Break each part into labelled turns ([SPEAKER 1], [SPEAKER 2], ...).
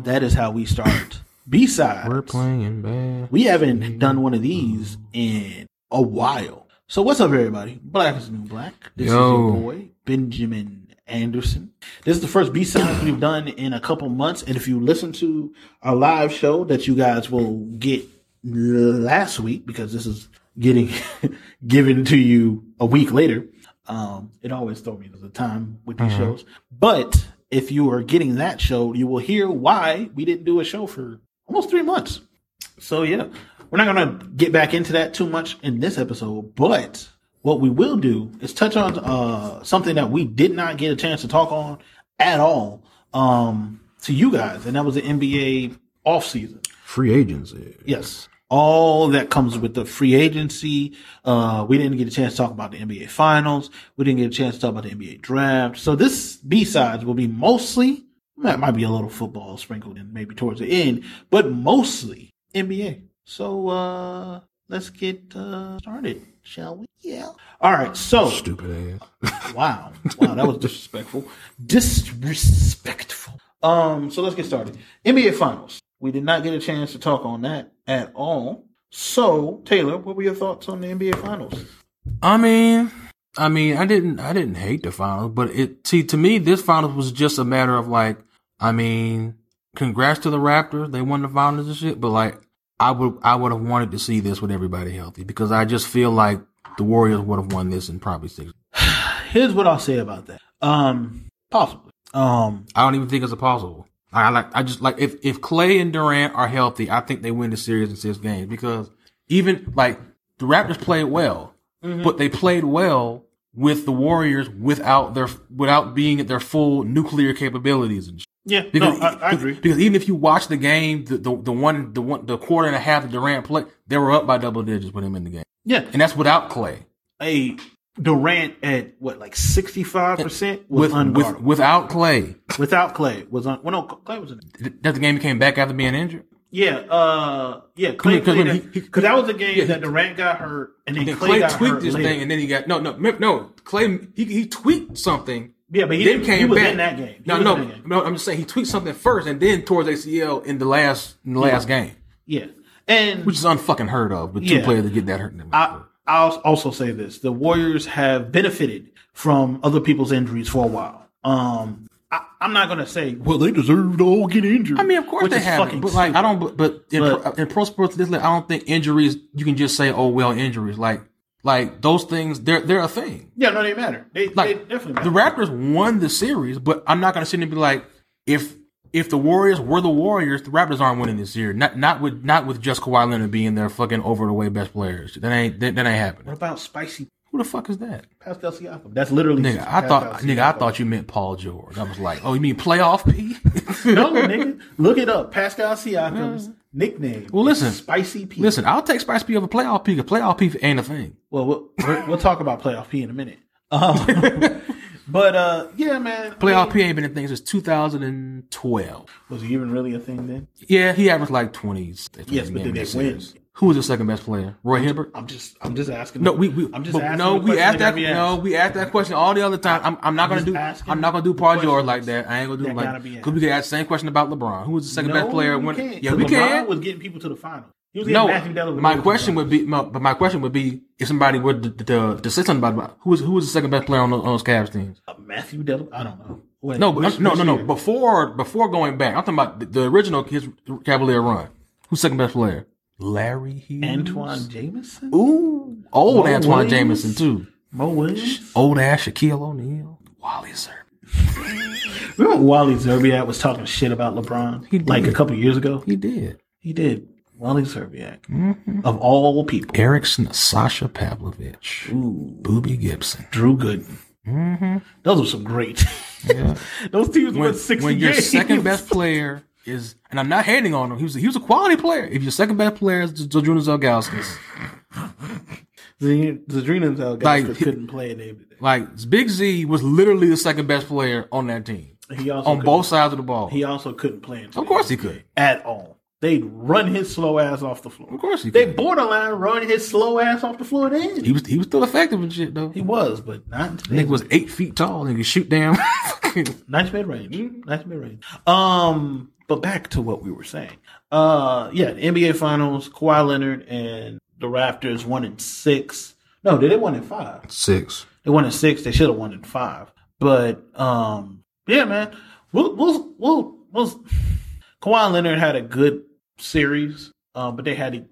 [SPEAKER 1] That is how we start. B sides.
[SPEAKER 2] We're playing bad.
[SPEAKER 1] We haven't done one of these in a while. So what's up, everybody? Black is the new black. This
[SPEAKER 2] Yo.
[SPEAKER 1] is your boy Benjamin Anderson. This is the first B sides we've done in a couple months, and if you listen to our live show that you guys will get last week, because this is getting given to you a week later. Um, it always throws me to the time with these shows, but if you are getting that show, you will hear why we didn't do a show for almost three months. So yeah, we're not gonna get back into that too much in this episode, but what we will do is touch on uh something that we did not get a chance to talk on at all um to you guys, and that was the NBA offseason.
[SPEAKER 2] Free eh? agency.
[SPEAKER 1] Yes. All that comes with the free agency. Uh, we didn't get a chance to talk about the NBA finals. We didn't get a chance to talk about the NBA draft. So this B sides will be mostly, that might be a little football sprinkled in maybe towards the end, but mostly NBA. So, uh, let's get, uh, started, shall we? Yeah. All right. So,
[SPEAKER 2] Stupid ass.
[SPEAKER 1] Wow. Wow, that was disrespectful. Disrespectful. Um, so let's get started. NBA Finals. We did not get a chance to talk on that at all. So, Taylor, what were your thoughts on the NBA Finals?
[SPEAKER 2] I mean, I mean, I didn't, I didn't hate the finals, but it see to me this finals was just a matter of like, I mean, congrats to the Raptors, they won the finals and shit, but like, I would, I would have wanted to see this with everybody healthy because I just feel like the Warriors would have won this in probably six.
[SPEAKER 1] Here's what I'll say about that. Um, possibly. Um,
[SPEAKER 2] I don't even think it's a possible. I, I like, I just like if if Clay and Durant are healthy, I think they win the series in six games because even like the Raptors played well, but they played well with the Warriors without their without being at their full nuclear capabilities and. Shit.
[SPEAKER 1] yeah,
[SPEAKER 2] Because, e-, Because even if you watch the game, the, the the one the one the quarter and a half that Durant played, they were up by double digits with him in the game,
[SPEAKER 1] Yeah.
[SPEAKER 2] and that's without Clay.
[SPEAKER 1] A Durant at what, like 65% was
[SPEAKER 2] With,
[SPEAKER 1] unguardable.
[SPEAKER 2] with without Clay,
[SPEAKER 1] Without Clay was un, well, no, Clay was in it.
[SPEAKER 2] Th- that the game he came back after being injured.
[SPEAKER 1] Yeah, uh, yeah, Clay
[SPEAKER 2] Because
[SPEAKER 1] played
[SPEAKER 2] when
[SPEAKER 1] that-
[SPEAKER 2] he- he-
[SPEAKER 1] 'cause that was the game
[SPEAKER 2] yeah, he-
[SPEAKER 1] that Durant got hurt, and then
[SPEAKER 2] Then
[SPEAKER 1] Clay,
[SPEAKER 2] Clay
[SPEAKER 1] got
[SPEAKER 2] tweaked
[SPEAKER 1] hurt
[SPEAKER 2] this
[SPEAKER 1] later.
[SPEAKER 2] thing, and then he got no, no, mem- no. Clay he, he tweaked something.
[SPEAKER 1] Yeah, but he
[SPEAKER 2] then
[SPEAKER 1] didn't-
[SPEAKER 2] came
[SPEAKER 1] he was
[SPEAKER 2] back
[SPEAKER 1] in that game. He
[SPEAKER 2] No,
[SPEAKER 1] was
[SPEAKER 2] no,
[SPEAKER 1] in that game.
[SPEAKER 2] no. I'm just saying he tweaked something first, and then towards ACL in the last in the last game,
[SPEAKER 1] Yeah, and
[SPEAKER 2] which is unfucking heard of. But two
[SPEAKER 1] Yeah.
[SPEAKER 2] players to get that hurt.
[SPEAKER 1] I, I'll also say this: the Warriors have benefited from other people's injuries for a while. Um, I, I'm not gonna say well they deserve to all get injured.
[SPEAKER 2] I mean, of course
[SPEAKER 1] which
[SPEAKER 2] they
[SPEAKER 1] is
[SPEAKER 2] have,
[SPEAKER 1] fucking
[SPEAKER 2] but like I don't. But, but, in,
[SPEAKER 1] But-
[SPEAKER 2] pro, in pro sports, this league, I don't think injuries. You can just say, "Oh well, injuries." Like, like those things. They're they're a thing.
[SPEAKER 1] yeah, no, they matter. They,
[SPEAKER 2] Like
[SPEAKER 1] they definitely
[SPEAKER 2] the
[SPEAKER 1] matter.
[SPEAKER 2] Raptors won the series, but I'm not going to sit there and be like, if if the Warriors were the Warriors, the Raptors aren't winning this year. Not not with not with just Kawhi Leonard being their fucking over the way best players. That ain't that, that ain't happening.
[SPEAKER 1] what about spicy
[SPEAKER 2] Who the fuck is that?
[SPEAKER 1] Pascal Siakam? That's literally
[SPEAKER 2] Nigga, I thought
[SPEAKER 1] Pascal
[SPEAKER 2] nigga, I
[SPEAKER 1] Siakam.
[SPEAKER 2] thought you meant Paul George. I was like, oh, you mean playoff P?
[SPEAKER 1] no, nigga, look it up. Pascal Siakam's nickname.
[SPEAKER 2] Mm-hmm. Well,
[SPEAKER 1] is
[SPEAKER 2] listen.
[SPEAKER 1] spicy P.
[SPEAKER 2] Listen, I'll take Spice P over playoff P. 'cause Playoff P ain't a thing.
[SPEAKER 1] Well, we'll, we're- we'll talk about playoff P in a minute. Um, but uh, yeah, man,
[SPEAKER 2] Playoff P ain't been a thing since 2012.
[SPEAKER 1] was he even really a thing then?
[SPEAKER 2] Yeah, he averaged like 20s.
[SPEAKER 1] Yes, but did they win?
[SPEAKER 2] Who was the second best player? Roy Hibbert.
[SPEAKER 1] I'm just, I'm just asking.
[SPEAKER 2] No, we, we
[SPEAKER 1] I'm just
[SPEAKER 2] but
[SPEAKER 1] asking.
[SPEAKER 2] no,
[SPEAKER 1] the
[SPEAKER 2] we
[SPEAKER 1] question
[SPEAKER 2] asked that.
[SPEAKER 1] gotta be
[SPEAKER 2] No,
[SPEAKER 1] asked.
[SPEAKER 2] we asked that question all the other time. I'm, I'm not gonna
[SPEAKER 1] just
[SPEAKER 2] do.
[SPEAKER 1] asking
[SPEAKER 2] I'm not gonna do
[SPEAKER 1] the
[SPEAKER 2] Paul George
[SPEAKER 1] questions
[SPEAKER 2] like that. I ain't gonna do
[SPEAKER 1] that gotta
[SPEAKER 2] like.
[SPEAKER 1] be
[SPEAKER 2] Could we get asked the same question about LeBron? Who was the second
[SPEAKER 1] No,
[SPEAKER 2] best player?
[SPEAKER 1] we
[SPEAKER 2] when-
[SPEAKER 1] can't.
[SPEAKER 2] yeah, we
[SPEAKER 1] LeBron
[SPEAKER 2] can.
[SPEAKER 1] was getting people to the finals. He was
[SPEAKER 2] No,
[SPEAKER 1] getting Matthew Dellavedova
[SPEAKER 2] my
[SPEAKER 1] to the
[SPEAKER 2] question
[SPEAKER 1] finals.
[SPEAKER 2] would be, my, but my question would be, if somebody were to, to, to say something about, about who was who was the second best player on those, on those Cavs teams?
[SPEAKER 1] Uh, Matthew Della. I don't know. Wait,
[SPEAKER 2] No, but,
[SPEAKER 1] which-
[SPEAKER 2] no,
[SPEAKER 1] which
[SPEAKER 2] no, no.
[SPEAKER 1] year?
[SPEAKER 2] Before before going back, I'm talking about the, the original his Cavalier run. Who's second best player? Larry Hughes.
[SPEAKER 1] Antoine Jameson,
[SPEAKER 2] Ooh, old
[SPEAKER 1] Mo
[SPEAKER 2] Antoine
[SPEAKER 1] Williams?
[SPEAKER 2] Jameson too.
[SPEAKER 1] Mo Williams.
[SPEAKER 2] Old ass Shaquille O'Neal. Wally sir.
[SPEAKER 1] Remember Wally Zerbiak was talking shit about LeBron
[SPEAKER 2] He did.
[SPEAKER 1] like a couple years ago.
[SPEAKER 2] He did.
[SPEAKER 1] He did. Wally Zerbiak,
[SPEAKER 2] Mm-hmm.
[SPEAKER 1] of all people,
[SPEAKER 2] Eric Sn- Sasha Pavlovich.
[SPEAKER 1] Ooh.
[SPEAKER 2] Booby Gibson.
[SPEAKER 1] Drew Gooden. Those were some great. Those teams won
[SPEAKER 2] Mm-hmm. When,
[SPEAKER 1] sixty
[SPEAKER 2] when your
[SPEAKER 1] games.
[SPEAKER 2] second best player is, and I'm not hating on him, he was he was a quality player. If your second best player is Jonas Zelgauskas,
[SPEAKER 1] the Zadrina guys
[SPEAKER 2] Like,
[SPEAKER 1] that
[SPEAKER 2] he-
[SPEAKER 1] couldn't play in it.
[SPEAKER 2] like Big Z was literally the second best player on that team
[SPEAKER 1] He also
[SPEAKER 2] on
[SPEAKER 1] couldn't-
[SPEAKER 2] both sides of the ball.
[SPEAKER 1] He also couldn't play. In
[SPEAKER 2] of course he could.
[SPEAKER 1] at all. They'd run his slow ass off the floor.
[SPEAKER 2] Of course he
[SPEAKER 1] They
[SPEAKER 2] could.
[SPEAKER 1] borderline run his slow ass off the floor then.
[SPEAKER 2] He was he was still effective and shit though.
[SPEAKER 1] He was, but not in
[SPEAKER 2] Nigga
[SPEAKER 1] today's
[SPEAKER 2] was eight feet tall and could shoot down.
[SPEAKER 1] Nice mid range. Nice mid range.
[SPEAKER 2] Mm-hmm.
[SPEAKER 1] Um, but back to what we were saying. Uh, yeah, the NBA Finals, Kawhi Leonard and the Raptors won in six. No, they didn't win in five.
[SPEAKER 2] Six.
[SPEAKER 1] They won in six. They should have won in five. But um, yeah, man, we'll we'll we'll, we'll Kawhi Leonard had a good series, uh, but they had a,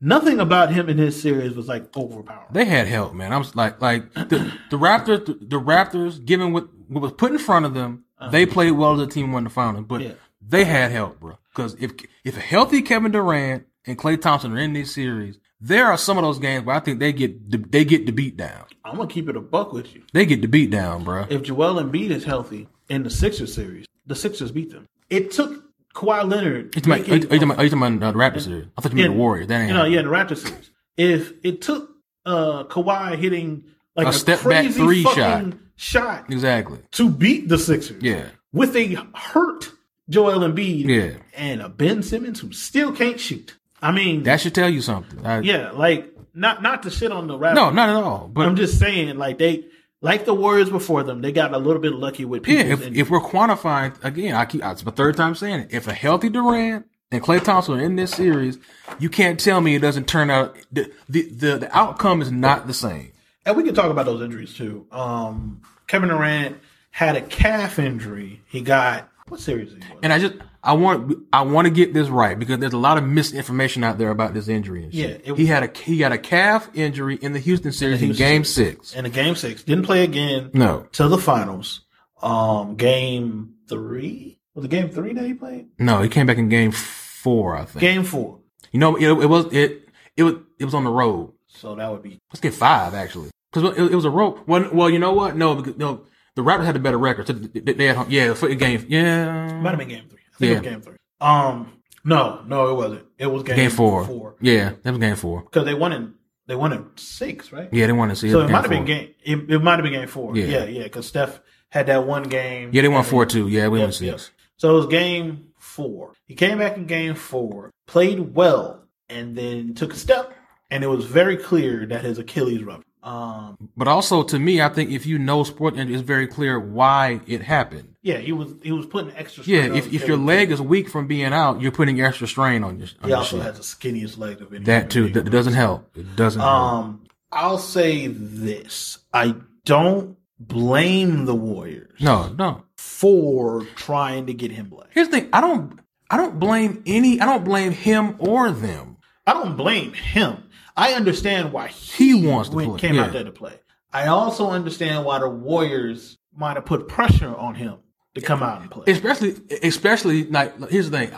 [SPEAKER 1] nothing about him in his series was like overpowering.
[SPEAKER 2] They had help, man. I was like, like the, the Raptors, the Raptors, given what, what was put in front of them, they played well as a team won the final. But
[SPEAKER 1] Uh-huh. Yeah.
[SPEAKER 2] they had help, bro. Because if if a healthy Kevin Durant and Clay Thompson are in this series, there are some of those games where I think they get the, they get the beat down.
[SPEAKER 1] I'm gonna keep it a buck with you.
[SPEAKER 2] They get the beat down, bro.
[SPEAKER 1] if Joel Embiid is healthy in the Sixers series, the Sixers beat them. It took Kawhi Leonard.
[SPEAKER 2] Are you talking about- are
[SPEAKER 1] making-
[SPEAKER 2] you talking about are you talking about, uh, the Raptors series? I thought you meant the Warriors. That ain't
[SPEAKER 1] you know,
[SPEAKER 2] happening.
[SPEAKER 1] yeah, the Raptors series. If it took uh, Kawhi hitting like
[SPEAKER 2] A
[SPEAKER 1] a,
[SPEAKER 2] step back
[SPEAKER 1] crazy
[SPEAKER 2] three
[SPEAKER 1] fucking shot.
[SPEAKER 2] exactly.
[SPEAKER 1] to beat the Sixers,
[SPEAKER 2] Yeah,
[SPEAKER 1] with a hurt Joel Embiid,
[SPEAKER 2] yeah.
[SPEAKER 1] and a Ben Simmons who still can't shoot. I mean,
[SPEAKER 2] That should tell you something. I-
[SPEAKER 1] yeah, like not not to shit on the Raptors.
[SPEAKER 2] No, not at all. But
[SPEAKER 1] I'm just saying, like they. Like the Warriors before them, they got a little bit lucky with
[SPEAKER 2] Yeah,
[SPEAKER 1] people.
[SPEAKER 2] if, if we're quantifying again, I keep it's my third time saying it. If a healthy Durant and Clay Thompson are in this series, you can't tell me it doesn't turn out the the the, the outcome is not the same.
[SPEAKER 1] And we can talk about those injuries too. Um, Kevin Durant had a calf injury. He got what series? He was?
[SPEAKER 2] And I just I want I want to get this right because there's a lot of misinformation out there about this injury. And shit.
[SPEAKER 1] Yeah, it-
[SPEAKER 2] he had a he got a calf injury in the Houston series in
[SPEAKER 1] Houston
[SPEAKER 2] Game Six.
[SPEAKER 1] In the game six, didn't play again
[SPEAKER 2] No,
[SPEAKER 1] till the finals. Um, game three was it game three that he played?
[SPEAKER 2] no, he came back in Game Four, I think.
[SPEAKER 1] Game four.
[SPEAKER 2] you know, it, it was it it was it was on the road.
[SPEAKER 1] So that would be
[SPEAKER 2] Let's get five actually, because it, it was a rope. Well, well, you know what? No, because no, the Raptors had a better record. So they, they had, yeah, for the game, yeah,
[SPEAKER 1] might have been game three. I think it was
[SPEAKER 2] Yeah.
[SPEAKER 1] game three. Um, no, no, it wasn't. It was game,
[SPEAKER 2] game four.
[SPEAKER 1] four
[SPEAKER 2] yeah, that was game four.
[SPEAKER 1] because they won in they won in six, right?
[SPEAKER 2] Yeah, they wanted to see.
[SPEAKER 1] So
[SPEAKER 2] was
[SPEAKER 1] it might have
[SPEAKER 2] four.
[SPEAKER 1] been game. It, it might have been game four.
[SPEAKER 2] Yeah.
[SPEAKER 1] Yeah, yeah, because Steph had that one game.
[SPEAKER 2] Yeah, they won
[SPEAKER 1] and
[SPEAKER 2] four two. Yeah, we won
[SPEAKER 1] yeah.
[SPEAKER 2] six.
[SPEAKER 1] So it was game four. He came back in game four, played well, and then took a step. And it was very clear that his Achilles ruptured. Um,
[SPEAKER 2] But also, to me, I think if you know sport, injury, it's very clear why it happened.
[SPEAKER 1] yeah, he was he was putting extra.
[SPEAKER 2] Yeah,
[SPEAKER 1] strain on
[SPEAKER 2] if
[SPEAKER 1] his
[SPEAKER 2] if your
[SPEAKER 1] Achilles.
[SPEAKER 2] leg is weak from being out, you're putting extra strain on your, on
[SPEAKER 1] he
[SPEAKER 2] your
[SPEAKER 1] also
[SPEAKER 2] shit.
[SPEAKER 1] has the skinniest leg of any.
[SPEAKER 2] That too.
[SPEAKER 1] human
[SPEAKER 2] That
[SPEAKER 1] being.
[SPEAKER 2] doesn't help. It doesn't. help.
[SPEAKER 1] Um, I'll say this: I don't blame the Warriors
[SPEAKER 2] No, no.
[SPEAKER 1] for trying to get him black.
[SPEAKER 2] Here's the thing. I don't. I don't blame any. I don't blame him or them.
[SPEAKER 1] I don't blame him. I understand why
[SPEAKER 2] He wants to
[SPEAKER 1] went-
[SPEAKER 2] play.
[SPEAKER 1] came
[SPEAKER 2] Yeah.
[SPEAKER 1] out there to play. I also understand why the Warriors might have put pressure on him to come out and play.
[SPEAKER 2] especially especially like look, here's the thing.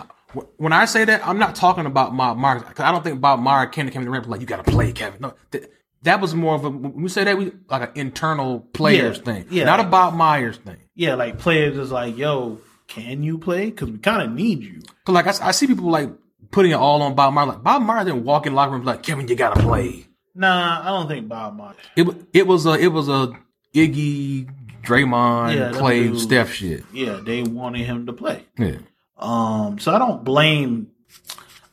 [SPEAKER 2] When I say that, I'm not talking about Bob Myers because I don't think Bob Myers came to Kevin Durant like you got to play Kevin. No, th- that was more of a when we say that we like an internal players
[SPEAKER 1] Yeah,
[SPEAKER 2] thing,
[SPEAKER 1] yeah.
[SPEAKER 2] not a Bob Myers thing.
[SPEAKER 1] yeah, like players is like, yo, can you play? Because we kind of need you.
[SPEAKER 2] Cause like I, s- I see people like putting it all on Bob Myers. Like Bob Myers didn't walk in locker rooms like Kevin, you got to play.
[SPEAKER 1] Nah, I don't think Bob Myers.
[SPEAKER 2] It wa- it was a it was a Iggy, Draymond,
[SPEAKER 1] Yeah, them
[SPEAKER 2] Clay,
[SPEAKER 1] dudes.
[SPEAKER 2] Steph shit.
[SPEAKER 1] Yeah, they wanted him to play.
[SPEAKER 2] Yeah.
[SPEAKER 1] Um, so I don't blame,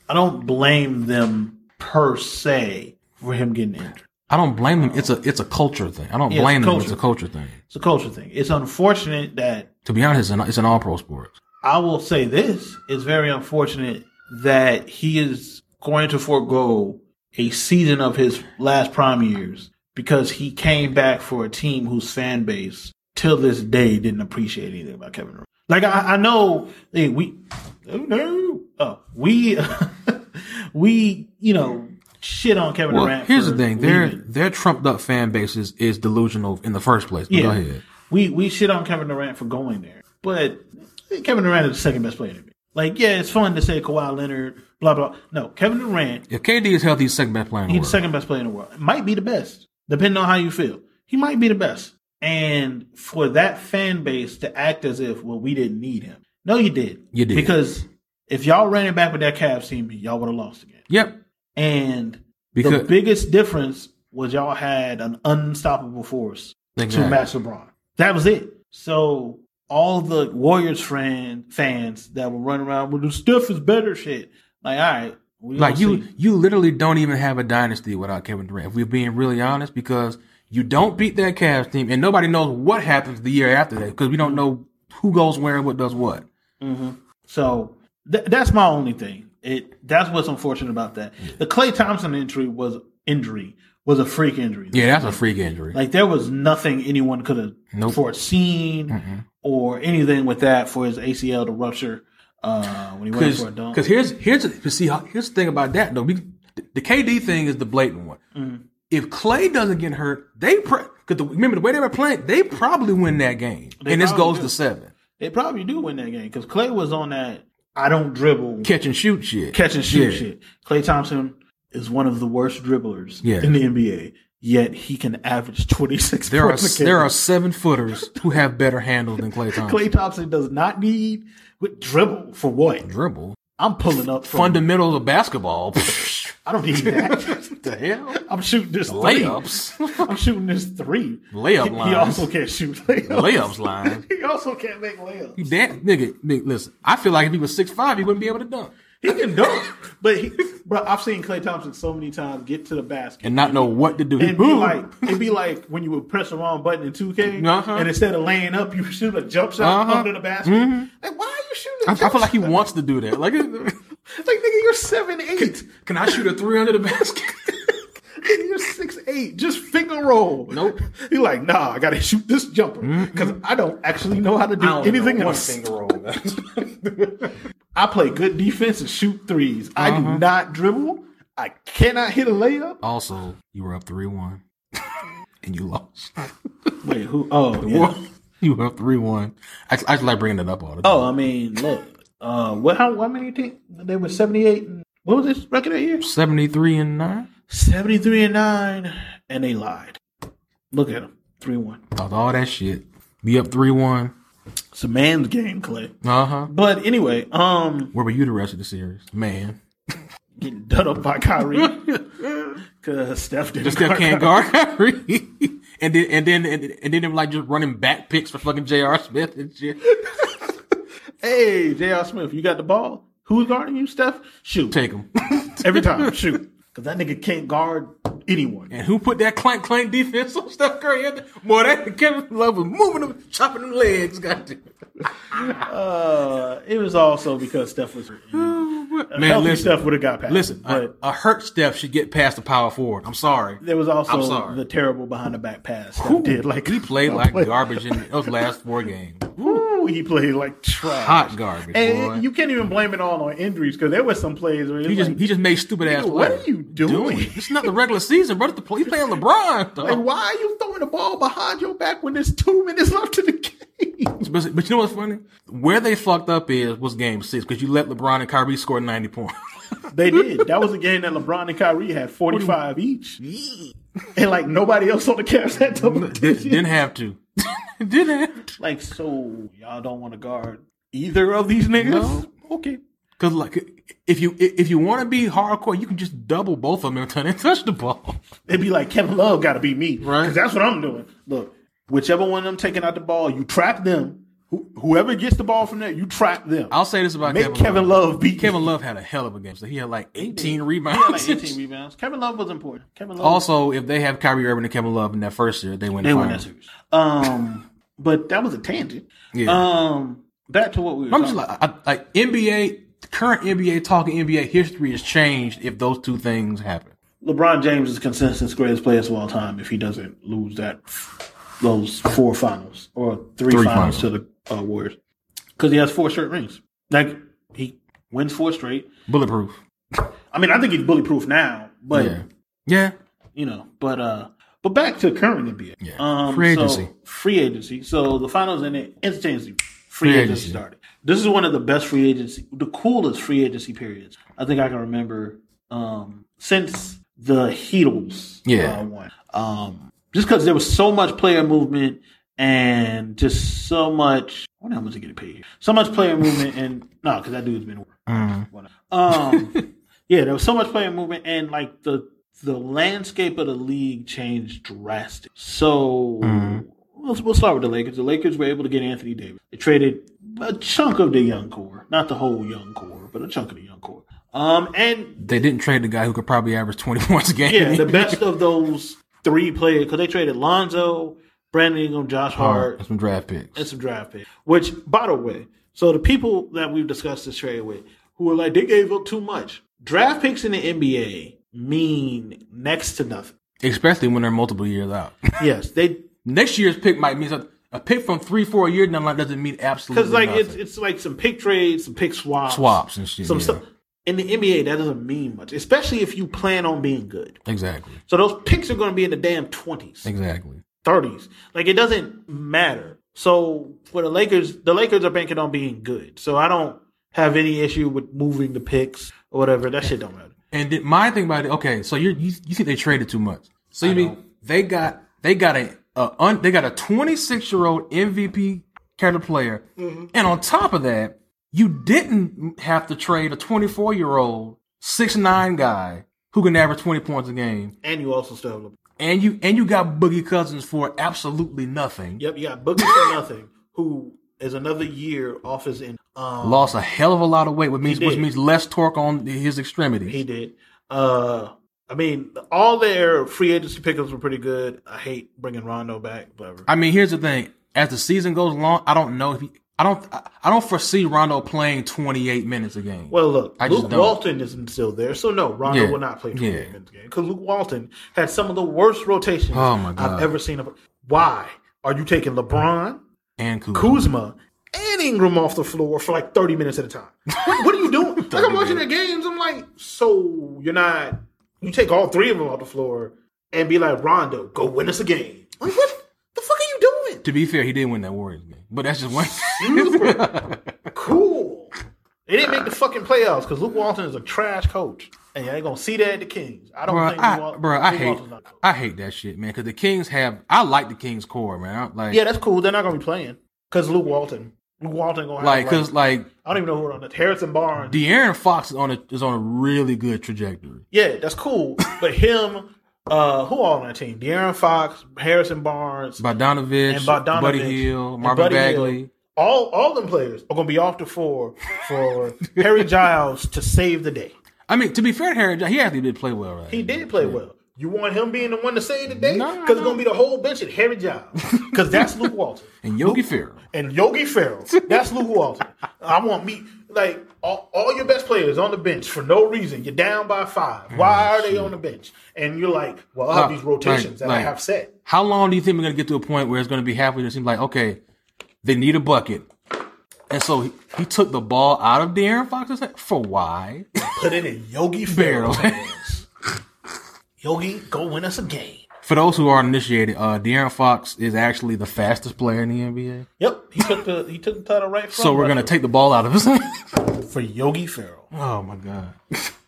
[SPEAKER 1] I don't blame them per se for him getting injured.
[SPEAKER 2] I don't blame them. It's a it's a culture thing. I don't
[SPEAKER 1] Yeah, it's
[SPEAKER 2] blame
[SPEAKER 1] a
[SPEAKER 2] them. It's
[SPEAKER 1] culture.
[SPEAKER 2] a culture thing.
[SPEAKER 1] It's a culture thing. It's unfortunate that
[SPEAKER 2] To be honest, it's an, it's an all pro sport.
[SPEAKER 1] I will say this it's very unfortunate that he is going to forego a season of his last prime years because he came back for a team whose fan base till this day didn't appreciate anything about Kevin Durant. Like I, I know hey, we oh, no oh we we you know shit on Kevin
[SPEAKER 2] Well,
[SPEAKER 1] Durant.
[SPEAKER 2] here's
[SPEAKER 1] for
[SPEAKER 2] the thing: their
[SPEAKER 1] leaving.
[SPEAKER 2] their trumped up fan base is, is delusional in the first place. But
[SPEAKER 1] Yeah.
[SPEAKER 2] Go ahead.
[SPEAKER 1] We we shit on Kevin Durant for going there, but I think Kevin Durant is the second best player to me. Like, yeah, it's fun to say Kawhi Leonard, blah blah. No, Kevin Durant,
[SPEAKER 2] If KD is healthy, he's second best player in the
[SPEAKER 1] he's the
[SPEAKER 2] world.
[SPEAKER 1] second best player in the world. Might be the best, depending on how you feel. He might be the best. And for that fan base to act as if, well, we didn't need him. No, you did.
[SPEAKER 2] You did.
[SPEAKER 1] Because if y'all ran it back with that Cavs team, y'all would have lost again.
[SPEAKER 2] yep.
[SPEAKER 1] And the
[SPEAKER 2] Because
[SPEAKER 1] biggest difference was y'all had an unstoppable force to
[SPEAKER 2] Exactly.
[SPEAKER 1] match LeBron. That was it. So all the Warriors fan fans that were running around with the Steph is better shit. Like, all right, we
[SPEAKER 2] Like
[SPEAKER 1] gonna
[SPEAKER 2] you,
[SPEAKER 1] see.
[SPEAKER 2] you literally don't even have a dynasty without Kevin Durant. If we're being really honest, because you don't beat that Cavs team, and nobody knows what happens the year after that, because we don't know who goes where and what does what.
[SPEAKER 1] So th- that's my only thing. It that's what's unfortunate about that. The Clay Thompson injury was injury was a freak injury.
[SPEAKER 2] Yeah, that's a freak injury.
[SPEAKER 1] Like there was nothing anyone could have
[SPEAKER 2] Nope.
[SPEAKER 1] foreseen or anything with that for his ACL to rupture uh, when he went for a dunk.
[SPEAKER 2] Because here's here's but see here's the thing about that though. We, the KD thing is the blatant one.
[SPEAKER 1] Mm.
[SPEAKER 2] If Clay doesn't get hurt, they because the, remember the way they were playing, they probably win that game, and this
[SPEAKER 1] probably
[SPEAKER 2] goes
[SPEAKER 1] do.
[SPEAKER 2] to seven.
[SPEAKER 1] They probably do win that game because Clay was on that I don't dribble,
[SPEAKER 2] Catch and shoot shit.
[SPEAKER 1] catch and shoot
[SPEAKER 2] Yeah.
[SPEAKER 1] shit. Clay Thompson is one of the worst dribblers
[SPEAKER 2] Yeah.
[SPEAKER 1] in the NBA, yet he can average twenty six.
[SPEAKER 2] There are
[SPEAKER 1] points a game.
[SPEAKER 2] there are seven footers who have better handle than Clay Thompson.
[SPEAKER 1] Clay Thompson does not need with dribble for what?
[SPEAKER 2] Dribble
[SPEAKER 1] I'm pulling up from.
[SPEAKER 2] fundamentals of basketball. Pfft,
[SPEAKER 1] I don't need that.
[SPEAKER 2] the hell
[SPEAKER 1] I'm shooting this three.
[SPEAKER 2] layups,
[SPEAKER 1] I'm shooting this three.
[SPEAKER 2] Layup
[SPEAKER 1] He- He
[SPEAKER 2] lines.
[SPEAKER 1] also can't shoot layups.
[SPEAKER 2] layups line.
[SPEAKER 1] He also can't make layups.
[SPEAKER 2] You damn nigga, nigga, listen. I feel like if he was six five, he wouldn't be able to dunk
[SPEAKER 1] He can dunk, but he, bro, I've seen Clay Thompson so many times get to the basket.
[SPEAKER 2] and not know what to do.
[SPEAKER 1] It'd be
[SPEAKER 2] Boom.
[SPEAKER 1] like it'd be like when you would press the wrong button in 2K,
[SPEAKER 2] Uh-huh.
[SPEAKER 1] and instead of laying up, you shoot a jump shot
[SPEAKER 2] Uh-huh.
[SPEAKER 1] under the basket. Like, why are you shooting?
[SPEAKER 2] I,
[SPEAKER 1] a
[SPEAKER 2] I
[SPEAKER 1] jump
[SPEAKER 2] feel like he
[SPEAKER 1] shot?
[SPEAKER 2] wants to do that. Like,
[SPEAKER 1] like nigga, you're seven eight,
[SPEAKER 2] can I shoot a three under the basket?
[SPEAKER 1] nigga, you're six eight. Just finger roll.
[SPEAKER 2] Nope.
[SPEAKER 1] You're like, nah, I gotta shoot this jumper because I don't actually Mm-hmm. know how to do anything else.
[SPEAKER 2] roll.
[SPEAKER 1] I play good defense and shoot 3s I do not dribble. I cannot hit a layup.
[SPEAKER 2] also, you were up three one, and you lost.
[SPEAKER 1] Wait, who? Oh, yeah.
[SPEAKER 2] You were up three one. I, I just like bringing it up all the time.
[SPEAKER 1] Oh, I mean, look. Uh, what? How? How many? Team? They were seventy-eight. And, what was this record that year?
[SPEAKER 2] 73 Oh. and nine.
[SPEAKER 1] Seventy-three and nine, and they lied. Look at them, three-one.
[SPEAKER 2] With all that shit, be up three one.
[SPEAKER 1] It's a man's game, Clay.
[SPEAKER 2] Uh huh.
[SPEAKER 1] But anyway, um,
[SPEAKER 2] Where were you the rest of the series, man?
[SPEAKER 1] getting done up by Kyrie because Steph didn't.
[SPEAKER 2] Steph
[SPEAKER 1] guard
[SPEAKER 2] can't
[SPEAKER 1] Kyrie.
[SPEAKER 2] guard Kyrie. And then, and then, and, then- and then, they were like just running back picks for fucking J.R. Smith and shit.
[SPEAKER 1] Hey, J.R. Smith, you got the ball. Who's guarding you, Steph? Shoot
[SPEAKER 2] Take him.
[SPEAKER 1] every time. Shoot, because that nigga can't guard anyone.
[SPEAKER 2] And who put that clank clank defense on Steph Curry? in there? Boy, that Kevin Love was moving them, chopping them legs. Goddamn.
[SPEAKER 1] Uh, it was also because Steph was hurt.
[SPEAKER 2] Man,
[SPEAKER 1] healthy
[SPEAKER 2] listen,
[SPEAKER 1] Steph would have got past.
[SPEAKER 2] listen.
[SPEAKER 1] but
[SPEAKER 2] a, a hurt Steph should get past the power forward. I'm sorry.
[SPEAKER 1] there was
[SPEAKER 2] I'm
[SPEAKER 1] also
[SPEAKER 2] sorry.
[SPEAKER 1] the terrible behind the back pass. Steph did like
[SPEAKER 2] He played like garbage in those last four games.
[SPEAKER 1] Ooh, he played like trash.
[SPEAKER 2] Hot garbage,
[SPEAKER 1] And
[SPEAKER 2] boy.
[SPEAKER 1] you can't even blame it all on injuries because there were some plays where it
[SPEAKER 2] he
[SPEAKER 1] was
[SPEAKER 2] just
[SPEAKER 1] like,
[SPEAKER 2] he just made stupid ass.
[SPEAKER 1] "Nigga, what
[SPEAKER 2] plays.
[SPEAKER 1] are you doing?
[SPEAKER 2] It's not the regular season, bro. It's the play, he's playing LeBron. Though.
[SPEAKER 1] like, why are you throwing the ball behind your back when there's two minutes left in the game?
[SPEAKER 2] But, but you know what's funny? Where they fucked up is was game six because you let LeBron and Kyrie score 90 points.
[SPEAKER 1] they did. That was a game that LeBron and Kyrie had 45 each. And like nobody else on the Cavs had double
[SPEAKER 2] Did,
[SPEAKER 1] digits.
[SPEAKER 2] didn't have to. didn't have to.
[SPEAKER 1] Like, so y'all don't want to guard either of these niggas?
[SPEAKER 2] No.
[SPEAKER 1] Okay.
[SPEAKER 2] Because like, if you if you want to be hardcore, you can just double both of them and turn and touch the ball.
[SPEAKER 1] They'd be like, Kevin Love got to be me.
[SPEAKER 2] Right.
[SPEAKER 1] Because that's what I'm doing. Look, whichever one of them taking out the ball, you trap them. Who whoever gets the ball from there, you trap them.
[SPEAKER 2] I'll say this about
[SPEAKER 1] Make
[SPEAKER 2] Kevin,
[SPEAKER 1] Kevin
[SPEAKER 2] Love.
[SPEAKER 1] Love, beat
[SPEAKER 2] Kevin Love had a hell of a game. So he had like 18
[SPEAKER 1] He had
[SPEAKER 2] rebounds.
[SPEAKER 1] like 18 rebounds. Kevin Love was important. Kevin Love
[SPEAKER 2] also, if they have Kyrie Irving and Kevin Love in that first year, they win.
[SPEAKER 1] they
[SPEAKER 2] the
[SPEAKER 1] won that
[SPEAKER 2] finals.
[SPEAKER 1] series. Um, but that was a tangent.
[SPEAKER 2] Yeah.
[SPEAKER 1] Um, back to what we were.
[SPEAKER 2] I'm
[SPEAKER 1] Talking.
[SPEAKER 2] just like, I, like NBA current NBA talking NBA history has changed if those two things happen.
[SPEAKER 1] LeBron James is consistent greatest player of all time. If he doesn't lose that, those four finals or three,
[SPEAKER 2] Three
[SPEAKER 1] finals,
[SPEAKER 2] finals.
[SPEAKER 1] to the uh, Warriors, because he has four straight rings. Like he wins four straight.
[SPEAKER 2] Bulletproof.
[SPEAKER 1] I mean, I think he's bulletproof now, but
[SPEAKER 2] Yeah. Yeah.
[SPEAKER 1] you know, but uh, but back to current NBA.
[SPEAKER 2] Yeah.
[SPEAKER 1] Um,
[SPEAKER 2] Free
[SPEAKER 1] so-
[SPEAKER 2] agency.
[SPEAKER 1] free agency. So the finals and the entertainment free,
[SPEAKER 2] Free
[SPEAKER 1] agency,
[SPEAKER 2] agency.
[SPEAKER 1] started. This is one of the best free agency, the coolest free agency periods I think I can remember um, since the Heatles.
[SPEAKER 2] Yeah.
[SPEAKER 1] uh, one. Um, just because there was so much player movement and just so much. I wonder how much they get paid. So much player movement and no, because that dude's been. Um, yeah, there was so much player movement, and like the the landscape of the league changed drastic. So we'll, we'll start with the Lakers. The Lakers were able to get Anthony Davis. They traded a chunk of the young core, not the whole young core, but a chunk of the young core. Um, and
[SPEAKER 2] They didn't trade the guy who could probably average 20 points a game.
[SPEAKER 1] yeah, the best of those three players because they traded Lonzo, Brandon Ingram, Josh Hart,
[SPEAKER 2] Some draft picks.
[SPEAKER 1] and some draft picks. Which, by the way, so the people that we've discussed this trade with who were like they gave up too much. Draft picks in the NBA mean next to nothing.
[SPEAKER 2] Especially when they're multiple years out.
[SPEAKER 1] Yes, they
[SPEAKER 2] Next year's pick might mean something. A pick from three, four years down the line doesn't mean absolutely
[SPEAKER 1] because like
[SPEAKER 2] nothing.
[SPEAKER 1] it's it's like some pick trades, some pick swaps,
[SPEAKER 2] Swaps and shit.
[SPEAKER 1] some
[SPEAKER 2] yeah.
[SPEAKER 1] stuff. In the NBA, that doesn't mean much, especially if you plan on being good.
[SPEAKER 2] Exactly.
[SPEAKER 1] So those picks are going to be in the damn twenties.
[SPEAKER 2] Exactly.
[SPEAKER 1] 30s. Like it doesn't matter. So for the Lakers, the Lakers are banking on being good. So I don't have any issue with moving the picks or whatever. That shit don't matter.
[SPEAKER 2] And then my thing about it, okay, so you're, you you think they traded too much? So you mean they got they got a, a un, they got a 26 year old MVP kind of player,
[SPEAKER 1] Mm-hmm.
[SPEAKER 2] and on top of that, you didn't have to trade a 24 year old six nine guy who can average 20 points a game,
[SPEAKER 1] And you also still have LeBron.
[SPEAKER 2] and you and you got Boogie Cousins for absolutely nothing.
[SPEAKER 1] Yep, you got Boogie for nothing, who is another year off his end. Um,
[SPEAKER 2] Lost a hell of a lot of weight, which means which
[SPEAKER 1] did.
[SPEAKER 2] means less torque on his extremities.
[SPEAKER 1] he did. Uh, I mean, all their free agency pickups were pretty good. I hate bringing Rondo back, whatever.
[SPEAKER 2] I mean, here's the thing: as the season goes along, I don't know if he, I don't I I don't foresee Rondo playing 28 minutes a game.
[SPEAKER 1] Well, look,
[SPEAKER 2] I just
[SPEAKER 1] Luke
[SPEAKER 2] don't.
[SPEAKER 1] Walton isn't still there, so no, Rondo
[SPEAKER 2] Yeah.
[SPEAKER 1] will not play
[SPEAKER 2] Yeah.
[SPEAKER 1] 28 minutes a game because Luke Walton had some of the worst rotations
[SPEAKER 2] Oh, my God.
[SPEAKER 1] I've ever seen. of- Why are you taking LeBron,
[SPEAKER 2] and Kuzma.
[SPEAKER 1] Kuzma, and Ingram off the floor for like 30 minutes at a time? What, what are you doing? like I'm watching their games, I'm like, so you're not you take all three of them off the floor and be like Rondo, go win us a game. Like what the fuck are you doing?
[SPEAKER 2] to be fair, he did win that Warriors game, but that's just one.
[SPEAKER 1] Super cool. They didn't make the fucking playoffs because Luke Walton is a trash coach, and they gonna see that at the Kings. I don't
[SPEAKER 2] bro,
[SPEAKER 1] think
[SPEAKER 2] I,
[SPEAKER 1] Luke Wal-
[SPEAKER 2] bruh, I
[SPEAKER 1] Luke
[SPEAKER 2] hate
[SPEAKER 1] Walton's not a coach.
[SPEAKER 2] I hate that shit, man. Because the Kings have I like the Kings core, man. I'm Like
[SPEAKER 1] Yeah, that's cool. They're not gonna be playing because Luke Walton. Luke Walton gonna have
[SPEAKER 2] like
[SPEAKER 1] like,
[SPEAKER 2] because like
[SPEAKER 1] I don't even know who on it. Harrison Barnes.
[SPEAKER 2] De'Aaron Fox is on a is on a really good trajectory.
[SPEAKER 1] yeah, that's cool. But him, uh, who all on that team? De'Aaron Fox, Harrison Barnes,
[SPEAKER 2] Bogdanovich,
[SPEAKER 1] and Bogdanovich,
[SPEAKER 2] Buddy Hill,
[SPEAKER 1] and
[SPEAKER 2] Marvin
[SPEAKER 1] Buddy Hill.
[SPEAKER 2] Bagley.
[SPEAKER 1] All all them players are gonna be off the floor for Harry Giles to save the day.
[SPEAKER 2] I mean, to be fair, Harry, he actually did play well, right?
[SPEAKER 1] He did play well. You want him being the one to save the day?
[SPEAKER 2] No,
[SPEAKER 1] Because
[SPEAKER 2] no.
[SPEAKER 1] it's going to be the whole bench at Harry Giles. Because that's Luke Walton.
[SPEAKER 2] and Yogi Ferrell.
[SPEAKER 1] And Yogi Ferrell. That's Luke Walton. I want me, like, all, all your best players on the bench for no reason. You're down by five.
[SPEAKER 2] Mm,
[SPEAKER 1] Why are they on the bench? And you're like, well, I have
[SPEAKER 2] Like-
[SPEAKER 1] these rotations that
[SPEAKER 2] like-
[SPEAKER 1] I have set.
[SPEAKER 2] How long do you think we're gonna get to a point where it's gonna be halfway? It seems like okay, they need a bucket, and so he, he took the ball out of De'Aaron Fox's hand for why?
[SPEAKER 1] Put it in Yogi Ferrell's
[SPEAKER 2] Barrel.
[SPEAKER 1] hands. Yogi, go win us a game.
[SPEAKER 2] for those who are initiated, uh, De'Aaron Fox is actually the fastest player in the NBA.
[SPEAKER 1] Yep, he took the he took the title right from
[SPEAKER 2] So we're gonna take the ball out of his hand.
[SPEAKER 1] for Yogi Ferrell.
[SPEAKER 2] oh my god!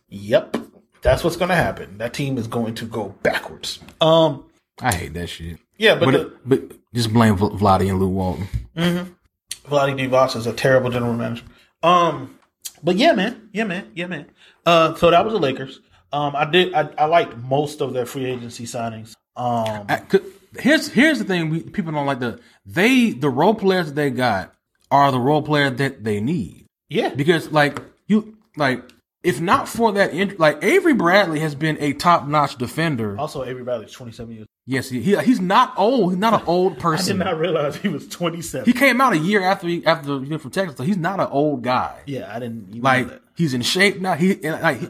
[SPEAKER 1] Yep. That's what's going to happen. That team is going to go backwards. Um
[SPEAKER 2] I hate that shit.
[SPEAKER 1] yeah, but,
[SPEAKER 2] But
[SPEAKER 1] the,
[SPEAKER 2] it- but just blame Vl- Vladi and Lou Walton.
[SPEAKER 1] Vladi Divac is a terrible general manager. Um but yeah, man. Yeah, man. Yeah, man. Uh so that was the Lakers. Um I did I, I liked most of their free agency signings. Um
[SPEAKER 2] I- 'cause here's here's the thing: we, people don't like the they the role players that they got are the role players that they need.
[SPEAKER 1] yeah.
[SPEAKER 2] because like you like if not for that in- like Avery Bradley has been a top notch defender.
[SPEAKER 1] Also Avery Bradley's 27 years.
[SPEAKER 2] Yes, he, he he's not old. He's not an old
[SPEAKER 1] I did
[SPEAKER 2] person.
[SPEAKER 1] not realize he was 27.
[SPEAKER 2] he came out a year after he after he was from Texas, so he's not an old guy.
[SPEAKER 1] yeah, I didn't even
[SPEAKER 2] Like
[SPEAKER 1] know that.
[SPEAKER 2] he's in shape now. He and, like he-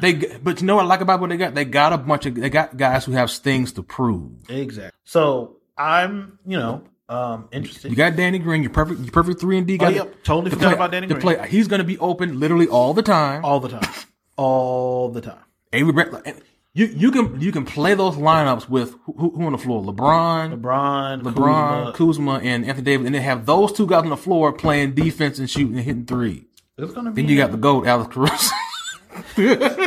[SPEAKER 2] they g- but you know what I like about what they got? They got a bunch of they got guys who have things to prove.
[SPEAKER 1] Exactly. So I'm, you know, um interested.
[SPEAKER 2] You got Danny Green. You perfect. You perfect three and D. Got
[SPEAKER 1] Oh, yeah, totally forgot about Danny
[SPEAKER 2] the
[SPEAKER 1] Green. Oh.
[SPEAKER 2] Play, he's going to be open literally all the time.
[SPEAKER 1] all the time. All the time.
[SPEAKER 2] Avery Bradley. and You you can you can play those lineups with who, who who on the floor? LeBron,
[SPEAKER 1] LeBron,
[SPEAKER 2] LeBron, Kuzma,
[SPEAKER 1] LeBron,
[SPEAKER 2] and Anthony Davis, and then have those two guys on the floor playing defense and shooting and hitting three.
[SPEAKER 1] It's gonna be
[SPEAKER 2] Then you got the goat, Alex Caruso.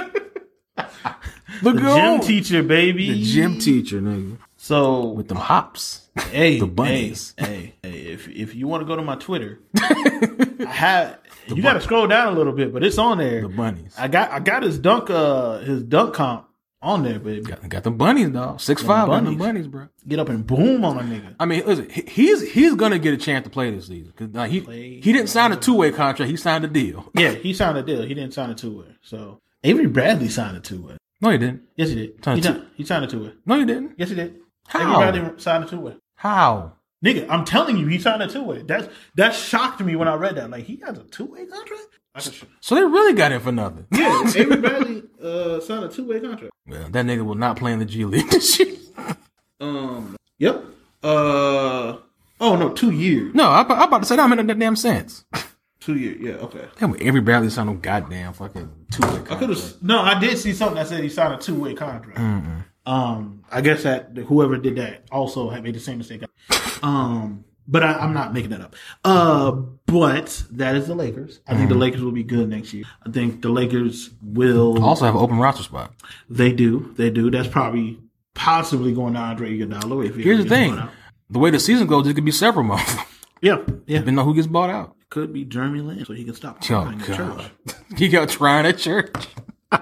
[SPEAKER 2] the
[SPEAKER 1] gym
[SPEAKER 2] goat,
[SPEAKER 1] teacher, baby.
[SPEAKER 2] the gym teacher, nigga,
[SPEAKER 1] So
[SPEAKER 2] with them hops.
[SPEAKER 1] hey,
[SPEAKER 2] the bunnies.
[SPEAKER 1] Hey, hey, hey, if if you want to go to my Twitter, I have you got to scroll down a little bit, but it's on there.
[SPEAKER 2] The bunnies.
[SPEAKER 1] I got I got his dunk uh his dunk comp on there, baby.
[SPEAKER 2] Got, got the bunnies, dog. Six five, got the
[SPEAKER 1] bunnies.
[SPEAKER 2] bunnies, bro.
[SPEAKER 1] Get up and boom on a nigga.
[SPEAKER 2] I mean, listen, he- he's he's gonna get a chance to play this season 'Cause, like, he
[SPEAKER 1] Play.
[SPEAKER 2] he didn't sign a two way contract. He signed a deal.
[SPEAKER 1] Yeah, he signed a deal. He didn't sign a two way. So Avery Bradley signed a two way.
[SPEAKER 2] No, he didn't.
[SPEAKER 1] Yes, he did.
[SPEAKER 2] Signed
[SPEAKER 1] he,
[SPEAKER 2] a two-
[SPEAKER 1] signed, he signed a two way.
[SPEAKER 2] No, he didn't.
[SPEAKER 1] Yes, he did.
[SPEAKER 2] How?
[SPEAKER 1] Avery Bradley signed a two way.
[SPEAKER 2] How?
[SPEAKER 1] Nigga, I'm telling you, he signed a two way. That's that shocked me when I read that. Like he has a two way contract. That's a sh-
[SPEAKER 2] So they really got him for nothing.
[SPEAKER 1] yeah, Avery Bradley uh, signed a two way contract.
[SPEAKER 2] Well, that nigga will not play in the G League this year.
[SPEAKER 1] Um. Yep. Uh. Oh no, two years.
[SPEAKER 2] No, I, I'm about to say that made no damn sense.
[SPEAKER 1] Two years. Yeah. Okay.
[SPEAKER 2] Damn, every Bradley signed no goddamn fucking two way
[SPEAKER 1] I could
[SPEAKER 2] contract.
[SPEAKER 1] have. No, I did see something that said he signed a two way contract.
[SPEAKER 2] Mm-hmm.
[SPEAKER 1] Um, I guess that whoever did that also had made the same mistake. Um, but I, I'm not making that up. Uh, but that is the Lakers. I
[SPEAKER 2] Mm-hmm.
[SPEAKER 1] think the Lakers will be good next year. I think the Lakers will.
[SPEAKER 2] Also have an open roster spot.
[SPEAKER 1] They do. They do. That's probably possibly going to Andre Iguodala. If he
[SPEAKER 2] Here's the
[SPEAKER 1] gets
[SPEAKER 2] thing:
[SPEAKER 1] bought out.
[SPEAKER 2] the way the season goes, it could be several months.
[SPEAKER 1] Yeah, yeah.
[SPEAKER 2] Depending on who gets bought out.
[SPEAKER 1] Could be Jeremy Lin, so he can stop
[SPEAKER 2] Oh
[SPEAKER 1] crying at
[SPEAKER 2] god,
[SPEAKER 1] church.
[SPEAKER 2] he got trying at church.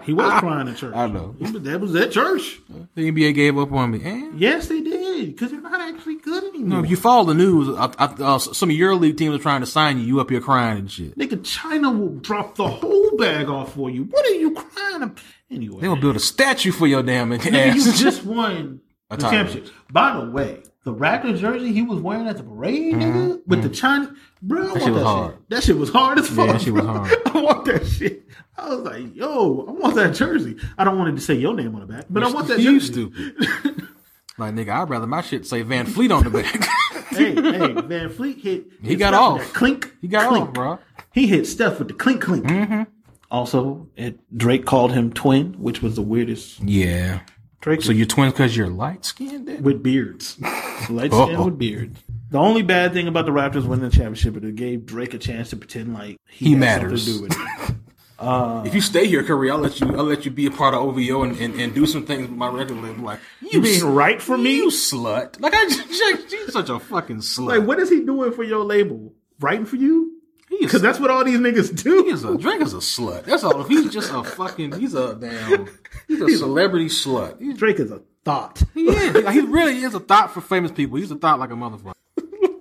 [SPEAKER 1] He was crying at church.
[SPEAKER 2] I know.
[SPEAKER 1] He was- That was at church.
[SPEAKER 2] The NBA gave up on me. And
[SPEAKER 1] Yes, they did because they're not actually good anymore.
[SPEAKER 2] if you follow the news, I, I, uh, some of your league teams are trying to sign you. You up here crying and shit.
[SPEAKER 1] Nigga, China will drop the whole bag off for you. What are you crying about? Anyway,
[SPEAKER 2] They gonna build a statue for your damn ass.
[SPEAKER 1] nigga, you just won the
[SPEAKER 2] title.
[SPEAKER 1] championship. By the way, the Raptors jersey he was wearing at the parade, nigga, with the China, bro, I want
[SPEAKER 2] Mm-hmm. shit was
[SPEAKER 1] that
[SPEAKER 2] hard.
[SPEAKER 1] shit. That shit was hard as fuck.
[SPEAKER 2] that shit was
[SPEAKER 1] bro.
[SPEAKER 2] hard.
[SPEAKER 1] I want that shit. I was like, yo, I want that jersey. I don't want it to say your name on the back, but I want that
[SPEAKER 2] You
[SPEAKER 1] jersey.
[SPEAKER 2] stupid. like nigga, I'd rather my shit say Van Fleet on the back.
[SPEAKER 1] hey, hey, Van Fleet hit.
[SPEAKER 2] He
[SPEAKER 1] hit
[SPEAKER 2] got
[SPEAKER 1] Steph
[SPEAKER 2] off.
[SPEAKER 1] with that Clink.
[SPEAKER 2] he got
[SPEAKER 1] clink.
[SPEAKER 2] off, bro. Mm-hmm.
[SPEAKER 1] He hit Steph with the clink clink. Also, it, Drake called him twin, which was the weirdest.
[SPEAKER 2] Yeah.
[SPEAKER 1] Drake
[SPEAKER 2] So you're twins because you're light skinned.
[SPEAKER 1] with beards, light skin
[SPEAKER 2] Oh.
[SPEAKER 1] with beards. The only bad thing about the Raptors winning the championship is it gave Drake a chance to pretend like
[SPEAKER 2] He
[SPEAKER 1] had
[SPEAKER 2] matters.
[SPEAKER 1] something to do with it.
[SPEAKER 2] If you stay here, Curry, I'll let you. I'll let you be a part of OVO and, and, and do some things with my record label. Like
[SPEAKER 1] You mean right for me?
[SPEAKER 2] You slut. Like I just, she's such a fucking slut.
[SPEAKER 1] Like, what is he doing for your label? Writing for you?
[SPEAKER 2] He is-
[SPEAKER 1] Because that's what all these niggas
[SPEAKER 2] He
[SPEAKER 1] do.
[SPEAKER 2] is a Drake is a slut. That's all. He's just a fucking. He's a damn. He's a celebrity slut. He's,
[SPEAKER 1] Drake is a thought.
[SPEAKER 2] he is. Like, he really is a thought for famous people. He's a thought like a motherfucker.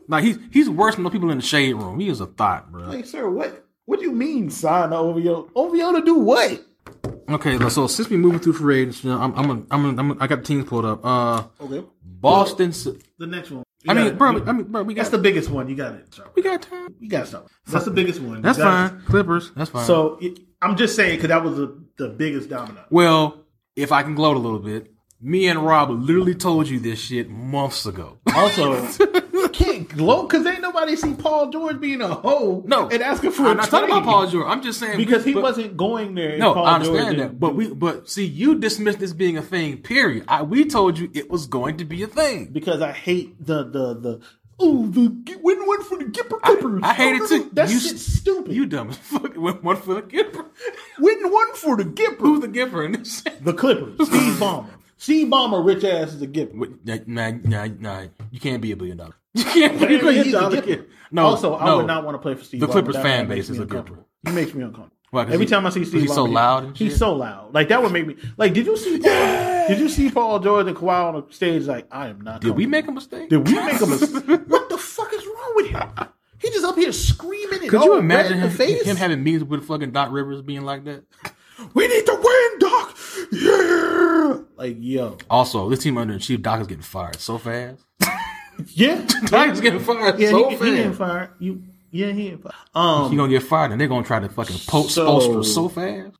[SPEAKER 2] Like he's he's worse than the people in the shade room. He is a thought, bro.
[SPEAKER 1] Like, sir, what? What do you mean sign to OVO? OVO to do what?
[SPEAKER 2] Okay, so since we moving through free agency, I'm I'm a, I'm, a, I'm a, I got the teams pulled up. Uh,
[SPEAKER 1] Okay.
[SPEAKER 2] Boston. Se-
[SPEAKER 1] The next one.
[SPEAKER 2] I
[SPEAKER 1] You
[SPEAKER 2] mean,
[SPEAKER 1] got-
[SPEAKER 2] bro. I mean, bro. We
[SPEAKER 1] That's
[SPEAKER 2] got
[SPEAKER 1] the biggest one. You got it. Sorry.
[SPEAKER 2] we got time.
[SPEAKER 1] You got to stop. That's the biggest one.
[SPEAKER 2] That's
[SPEAKER 1] You gotta-
[SPEAKER 2] fine. Clippers. That's fine.
[SPEAKER 1] So it, I'm just saying because that was the, the biggest domino.
[SPEAKER 2] well, if I can gloat a little bit, me and Rob literally told you this shit months ago.
[SPEAKER 1] Also, you can't gloat because ain't nobody see Paul George being a hoe.
[SPEAKER 2] No,
[SPEAKER 1] and asking for a
[SPEAKER 2] I'm not talking
[SPEAKER 1] trade.
[SPEAKER 2] about Paul George. I'm just saying
[SPEAKER 1] because he
[SPEAKER 2] but-
[SPEAKER 1] wasn't going there. if
[SPEAKER 2] No,
[SPEAKER 1] Paul
[SPEAKER 2] I understand
[SPEAKER 1] George
[SPEAKER 2] that,
[SPEAKER 1] didn't.
[SPEAKER 2] but we but see you dismissed this being a thing. Period. I, we told you it was going to be a thing.
[SPEAKER 1] because I hate the the the oh the g- win win for the Gipper Clippers.
[SPEAKER 2] I hate it too.
[SPEAKER 1] That's
[SPEAKER 2] You s-
[SPEAKER 1] stupid.
[SPEAKER 2] You dumb as fuck. Went one for the Gipper.
[SPEAKER 1] win one for the Gipper.
[SPEAKER 2] Who's the Gipper in this?
[SPEAKER 1] The Clippers. Steve Ballmer. Steve Ballmer, rich ass is a Gipper.
[SPEAKER 2] Wait, nah, nah, nah, nah. You can't be a billion dollar. You can't be a
[SPEAKER 1] Apparently
[SPEAKER 2] billion
[SPEAKER 1] he's a
[SPEAKER 2] dollar.
[SPEAKER 1] Gipper.
[SPEAKER 2] Gipper. No,
[SPEAKER 1] also, I
[SPEAKER 2] no.
[SPEAKER 1] would not want to play for Steve.
[SPEAKER 2] The
[SPEAKER 1] Ballmer.
[SPEAKER 2] Clippers
[SPEAKER 1] That man
[SPEAKER 2] fan base
[SPEAKER 1] makes me
[SPEAKER 2] is a
[SPEAKER 1] uncomfortable.
[SPEAKER 2] Gipper.
[SPEAKER 1] He makes me uncomfortable.
[SPEAKER 2] Why, 'cause
[SPEAKER 1] Every
[SPEAKER 2] he-
[SPEAKER 1] time I see
[SPEAKER 2] 'cause
[SPEAKER 1] Steve,
[SPEAKER 2] he's so
[SPEAKER 1] Ballmer,
[SPEAKER 2] loud and
[SPEAKER 1] he's
[SPEAKER 2] shit.
[SPEAKER 1] so loud. Like that would make me. Like, did you see? Paul, did you see Paul George and Kawhi on the stage? Like, I am not.
[SPEAKER 2] Did we make a mistake?
[SPEAKER 1] Did we make a mistake? what the fuck is wrong with him? He just up here screaming. And
[SPEAKER 2] Could
[SPEAKER 1] all
[SPEAKER 2] you
[SPEAKER 1] red Oh,
[SPEAKER 2] imagine
[SPEAKER 1] in
[SPEAKER 2] him,
[SPEAKER 1] the face?
[SPEAKER 2] him having meetings with fucking Doc Rivers being like that?
[SPEAKER 1] We need to win, Doc. Yeah. Like yo,
[SPEAKER 2] Also, this team underachieved. Doc is getting fired so fast.
[SPEAKER 1] yeah,
[SPEAKER 2] Doc is getting fired
[SPEAKER 1] yeah.
[SPEAKER 2] so
[SPEAKER 1] he,
[SPEAKER 2] fast.
[SPEAKER 1] he didn't fire you. Yeah, he didn't fire. Um,
[SPEAKER 2] You're gonna get fired, and they're gonna try to fucking poach
[SPEAKER 1] So-
[SPEAKER 2] Spoelstra so fast.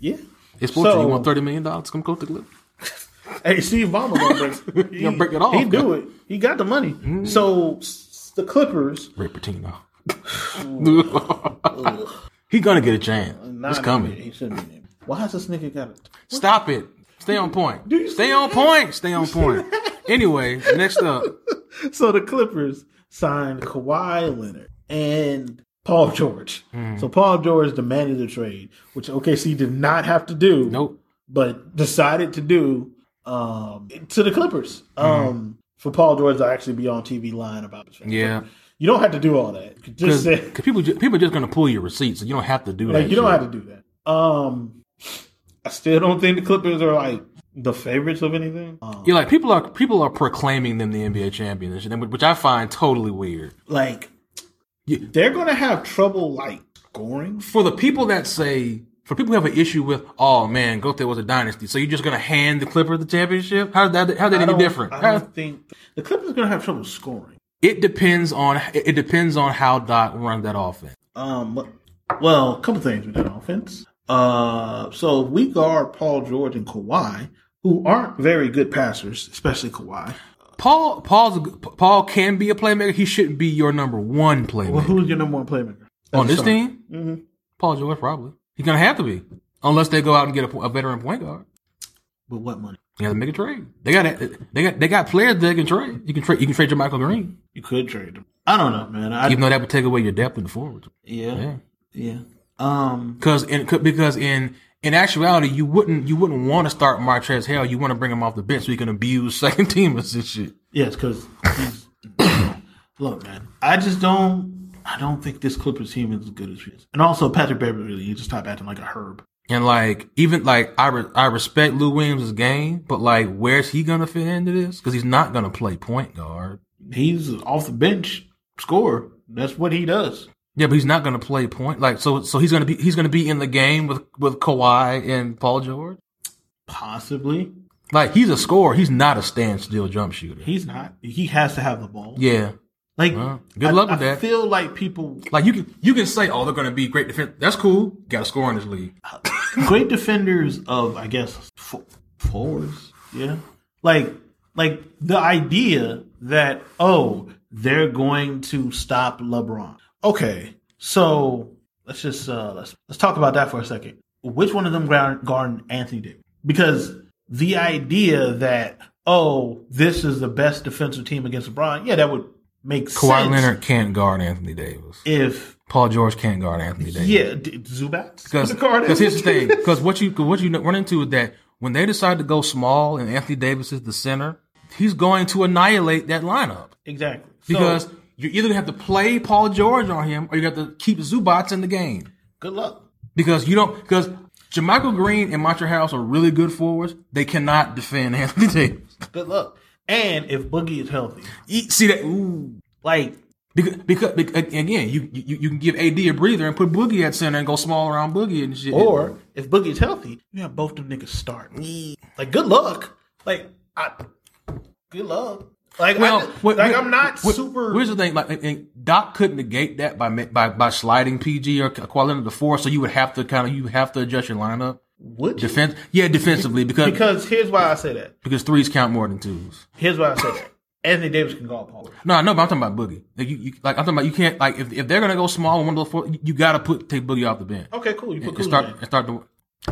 [SPEAKER 1] yeah.
[SPEAKER 2] It's Spoelstra.
[SPEAKER 1] So-
[SPEAKER 2] you want thirty million dollars? Come close to clip.
[SPEAKER 1] Hey, Steve Ballmer gonna break. he,
[SPEAKER 2] gonna break it off.
[SPEAKER 1] He
[SPEAKER 2] Mm-hmm.
[SPEAKER 1] do it. He got the money. So s- the Clippers.
[SPEAKER 2] Rick Pitino. he gonna get a chance. it's
[SPEAKER 1] Nah,
[SPEAKER 2] coming.
[SPEAKER 1] He shouldn't be there. Why has this nigga got it?
[SPEAKER 2] Stop it. Stay on point.
[SPEAKER 1] Do you see
[SPEAKER 2] Stay on
[SPEAKER 1] that?
[SPEAKER 2] point. Stay on point. Anyway, next up,
[SPEAKER 1] So the Clippers signed Kawhi Leonard and Paul George.
[SPEAKER 2] Mm.
[SPEAKER 1] So Paul George demanded a trade, which OKC did not have to do.
[SPEAKER 2] nope.
[SPEAKER 1] But decided to do um, to the Clippers. Um, for Paul George to actually be on TV lying about it.
[SPEAKER 2] Mm-hmm. Yeah,
[SPEAKER 1] You don't have to do all that. Just
[SPEAKER 2] because
[SPEAKER 1] say
[SPEAKER 2] people ju- people are just gonna pull your receipts, and you don't have to do
[SPEAKER 1] like
[SPEAKER 2] that.
[SPEAKER 1] you don't
[SPEAKER 2] shit.
[SPEAKER 1] have to do that. Um I still don't think the Clippers are like
[SPEAKER 3] the favorites of anything?
[SPEAKER 1] Um,
[SPEAKER 2] Yeah, like people are people are proclaiming them the NBA champions, and which I find totally weird.
[SPEAKER 1] like
[SPEAKER 3] They're gonna have trouble like scoring.
[SPEAKER 2] For the people that say, for people who have an issue with, oh man, Goethe was a dynasty, so you're just gonna hand the Clipper the championship? How did that? How did
[SPEAKER 3] I
[SPEAKER 2] it
[SPEAKER 3] don't-
[SPEAKER 2] be different?
[SPEAKER 3] I
[SPEAKER 2] How-
[SPEAKER 3] don't think
[SPEAKER 1] the Clippers gonna have trouble scoring.
[SPEAKER 2] it depends on it it depends on how Doc runs that offense.
[SPEAKER 1] Um, well, a couple things with that offense. Uh, so if we guard Paul George and Kawhi, who aren't very good passers, especially Kawhi.
[SPEAKER 2] Paul Paul's a g- Paul can be a playmaker. He shouldn't be your number one playmaker
[SPEAKER 1] Well, who's your number one playmaker
[SPEAKER 2] on this team.
[SPEAKER 1] Mm-hmm.
[SPEAKER 2] Paul George probably he's gonna have to be unless they go out and get a, po- a veteran point guard.
[SPEAKER 1] But what money?
[SPEAKER 2] They gotta make a trade. They got they got they got players they can trade. You can trade you can trade your Michael Green,
[SPEAKER 1] You could trade him. I don't know, man. I,
[SPEAKER 2] even though that would take away your depth in the forwards.
[SPEAKER 1] yeah,
[SPEAKER 2] Yeah,
[SPEAKER 1] yeah. Um,
[SPEAKER 2] because in c- because in in actuality you wouldn't you wouldn't want to start Martrez Hell. You want to bring him off the bench so you can abuse second teamers and shit.
[SPEAKER 1] yes, because look, man. I just don't. I don't think this Clippers team is as good as it is. And also, Patrick Beverly, you just stop acting like a herb.
[SPEAKER 2] And like even like I re- I respect Lou Williams' game, but like where's he gonna fit into this? Because he's not gonna play point guard.
[SPEAKER 1] He's off the bench scorer. That's what he does.
[SPEAKER 2] Yeah, but he's not gonna play point. Like so so he's gonna be he's gonna be in the game with with Kawhi and Paul George.
[SPEAKER 1] Possibly,
[SPEAKER 2] Like he's a scorer. He's not a standstill jump shooter.
[SPEAKER 1] he's not. He has to have the ball.
[SPEAKER 2] Yeah.
[SPEAKER 1] Like,
[SPEAKER 2] Well, good
[SPEAKER 1] I,
[SPEAKER 2] luck with
[SPEAKER 1] I
[SPEAKER 2] that.
[SPEAKER 1] feel like people
[SPEAKER 2] Like you can you can say, oh, they're gonna be great defense. That's cool. Got to score in this league.
[SPEAKER 1] great defenders of I guess fo- forwards. Yeah, like like the idea that oh they're going to stop LeBron. Okay, so let's just uh, let's let's talk about that for a second. Which one of them guard guarding Anthony Davis? Because the idea that oh this is the best defensive team against LeBron, yeah, that would make
[SPEAKER 2] Kawhi
[SPEAKER 1] sense
[SPEAKER 2] Leonard can't guard Anthony Davis.
[SPEAKER 1] if.
[SPEAKER 2] Paul George can't guard Anthony Davis.
[SPEAKER 1] Yeah, d- Zubac.
[SPEAKER 2] Because
[SPEAKER 1] The card is-
[SPEAKER 2] here's the thing. Because what you 'cause what you run into is that when they decide to go small and Anthony Davis is the center, he's going to annihilate that lineup
[SPEAKER 1] exactly So,
[SPEAKER 2] because you're either gonna have to play Paul George on him or you got to keep Zubats in the game
[SPEAKER 1] good luck.
[SPEAKER 2] because you don't because Jamichael Green and Montrezl House are really good forwards. They cannot defend Anthony Davis.
[SPEAKER 1] Good luck. And if Boogie is healthy,
[SPEAKER 2] E- See that? Ooh.
[SPEAKER 1] like
[SPEAKER 2] Because, because, because again, you, you you can give AD a breather and put Boogie at center and go small around Boogie and shit.
[SPEAKER 1] or if Boogie is healthy, you have both them niggas start. Like good luck. Like I, good luck. Like
[SPEAKER 2] Well,
[SPEAKER 1] I,
[SPEAKER 2] wh-
[SPEAKER 1] like
[SPEAKER 2] wh-
[SPEAKER 1] I'm not
[SPEAKER 2] wh-
[SPEAKER 1] super.
[SPEAKER 2] Here's the thing: like and- and Doc couldn't negate that by ma- by by sliding PG or Kawhi to four, so you would have to kind of you have to adjust your lineup
[SPEAKER 1] would you?
[SPEAKER 2] defense. Yeah, defensively because because,
[SPEAKER 1] Because here's why I say that.
[SPEAKER 2] threes count more than twos.
[SPEAKER 1] Here's why I say that. Anthony Davis can guard Paul. George.
[SPEAKER 2] No, I know, but I'm talking about Boogie. Like you, you like I'm talking about you can't like if, if they're gonna go small and one of those four, you, you gotta put take Boogie off the bench
[SPEAKER 1] Okay, cool. You put
[SPEAKER 2] and
[SPEAKER 1] Kuzma.
[SPEAKER 2] start
[SPEAKER 1] in.
[SPEAKER 2] and start the.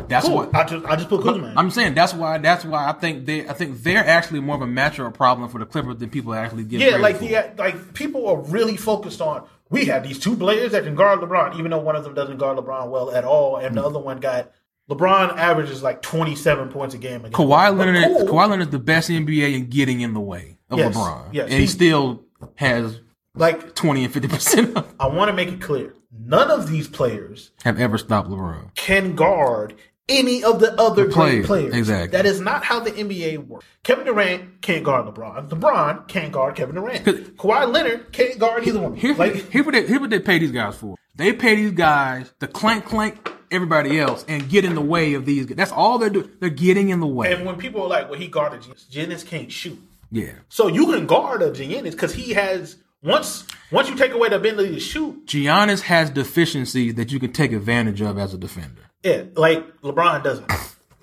[SPEAKER 2] That's
[SPEAKER 1] Oh, Cool.
[SPEAKER 2] what
[SPEAKER 1] I just I just put Kuzma. in.
[SPEAKER 2] I'm saying that's why that's why I think they I think they're actually more of a matchup problem for the Clippers than people actually give.
[SPEAKER 1] Yeah,
[SPEAKER 2] credit
[SPEAKER 1] like
[SPEAKER 2] for.
[SPEAKER 1] the like people are really focused on. We have these two players that can guard LeBron, even though one of them doesn't guard LeBron well at all, and
[SPEAKER 2] Mm.
[SPEAKER 1] the other one got LeBron averages like twenty seven points a game. Against
[SPEAKER 2] Kawhi
[SPEAKER 1] LeBron.
[SPEAKER 2] Leonard,
[SPEAKER 1] Cool.
[SPEAKER 2] Kawhi Leonard is the best in NBA in getting in the way of
[SPEAKER 1] Yes,
[SPEAKER 2] LeBron,
[SPEAKER 1] yes.
[SPEAKER 2] and he still has
[SPEAKER 1] Like
[SPEAKER 2] twenty and fifty percent
[SPEAKER 1] I want to make it clear, none of these players
[SPEAKER 2] have ever stopped LeBron.
[SPEAKER 1] can guard any of the other great
[SPEAKER 2] players,
[SPEAKER 1] players.
[SPEAKER 2] exactly.
[SPEAKER 1] That is not how the NBA works. Kevin Durant can't guard LeBron. LeBron can't guard Kevin Durant. Kawhi Leonard can't guard either one.
[SPEAKER 2] Here,
[SPEAKER 1] Like
[SPEAKER 2] here, what they, here what they pay these guys for. They pay these guys to clank clank everybody else and get in the way of these. guys. That's all they're doing. They're getting in the way.
[SPEAKER 1] and when people are like, "Well, he guarded Giannis. Giannis can't shoot."
[SPEAKER 2] Yeah,
[SPEAKER 1] So you can guard a Giannis because he has once once you take away the ability to shoot,
[SPEAKER 2] Giannis has deficiencies that you can take advantage of as a defender.
[SPEAKER 1] yeah, like LeBron doesn't,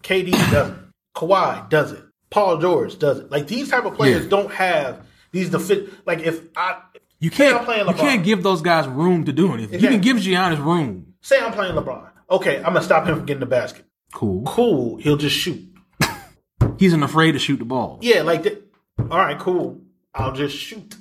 [SPEAKER 1] KD doesn't, Kawhi doesn't, Paul George doesn't. Like these type of players
[SPEAKER 2] Yeah.
[SPEAKER 1] don't have these defi- like if I
[SPEAKER 2] You
[SPEAKER 1] I'm
[SPEAKER 2] can't.
[SPEAKER 1] playing
[SPEAKER 2] You
[SPEAKER 1] LeBron.
[SPEAKER 2] can't give those guys room to do anything. You can give Giannis room.
[SPEAKER 1] say I'm playing LeBron, okay, I'm gonna stop him from getting the basket.
[SPEAKER 2] Cool.
[SPEAKER 1] Cool, he'll just shoot.
[SPEAKER 2] He's not afraid to shoot the ball.
[SPEAKER 1] Yeah, like that. All right, cool. I'll just shoot.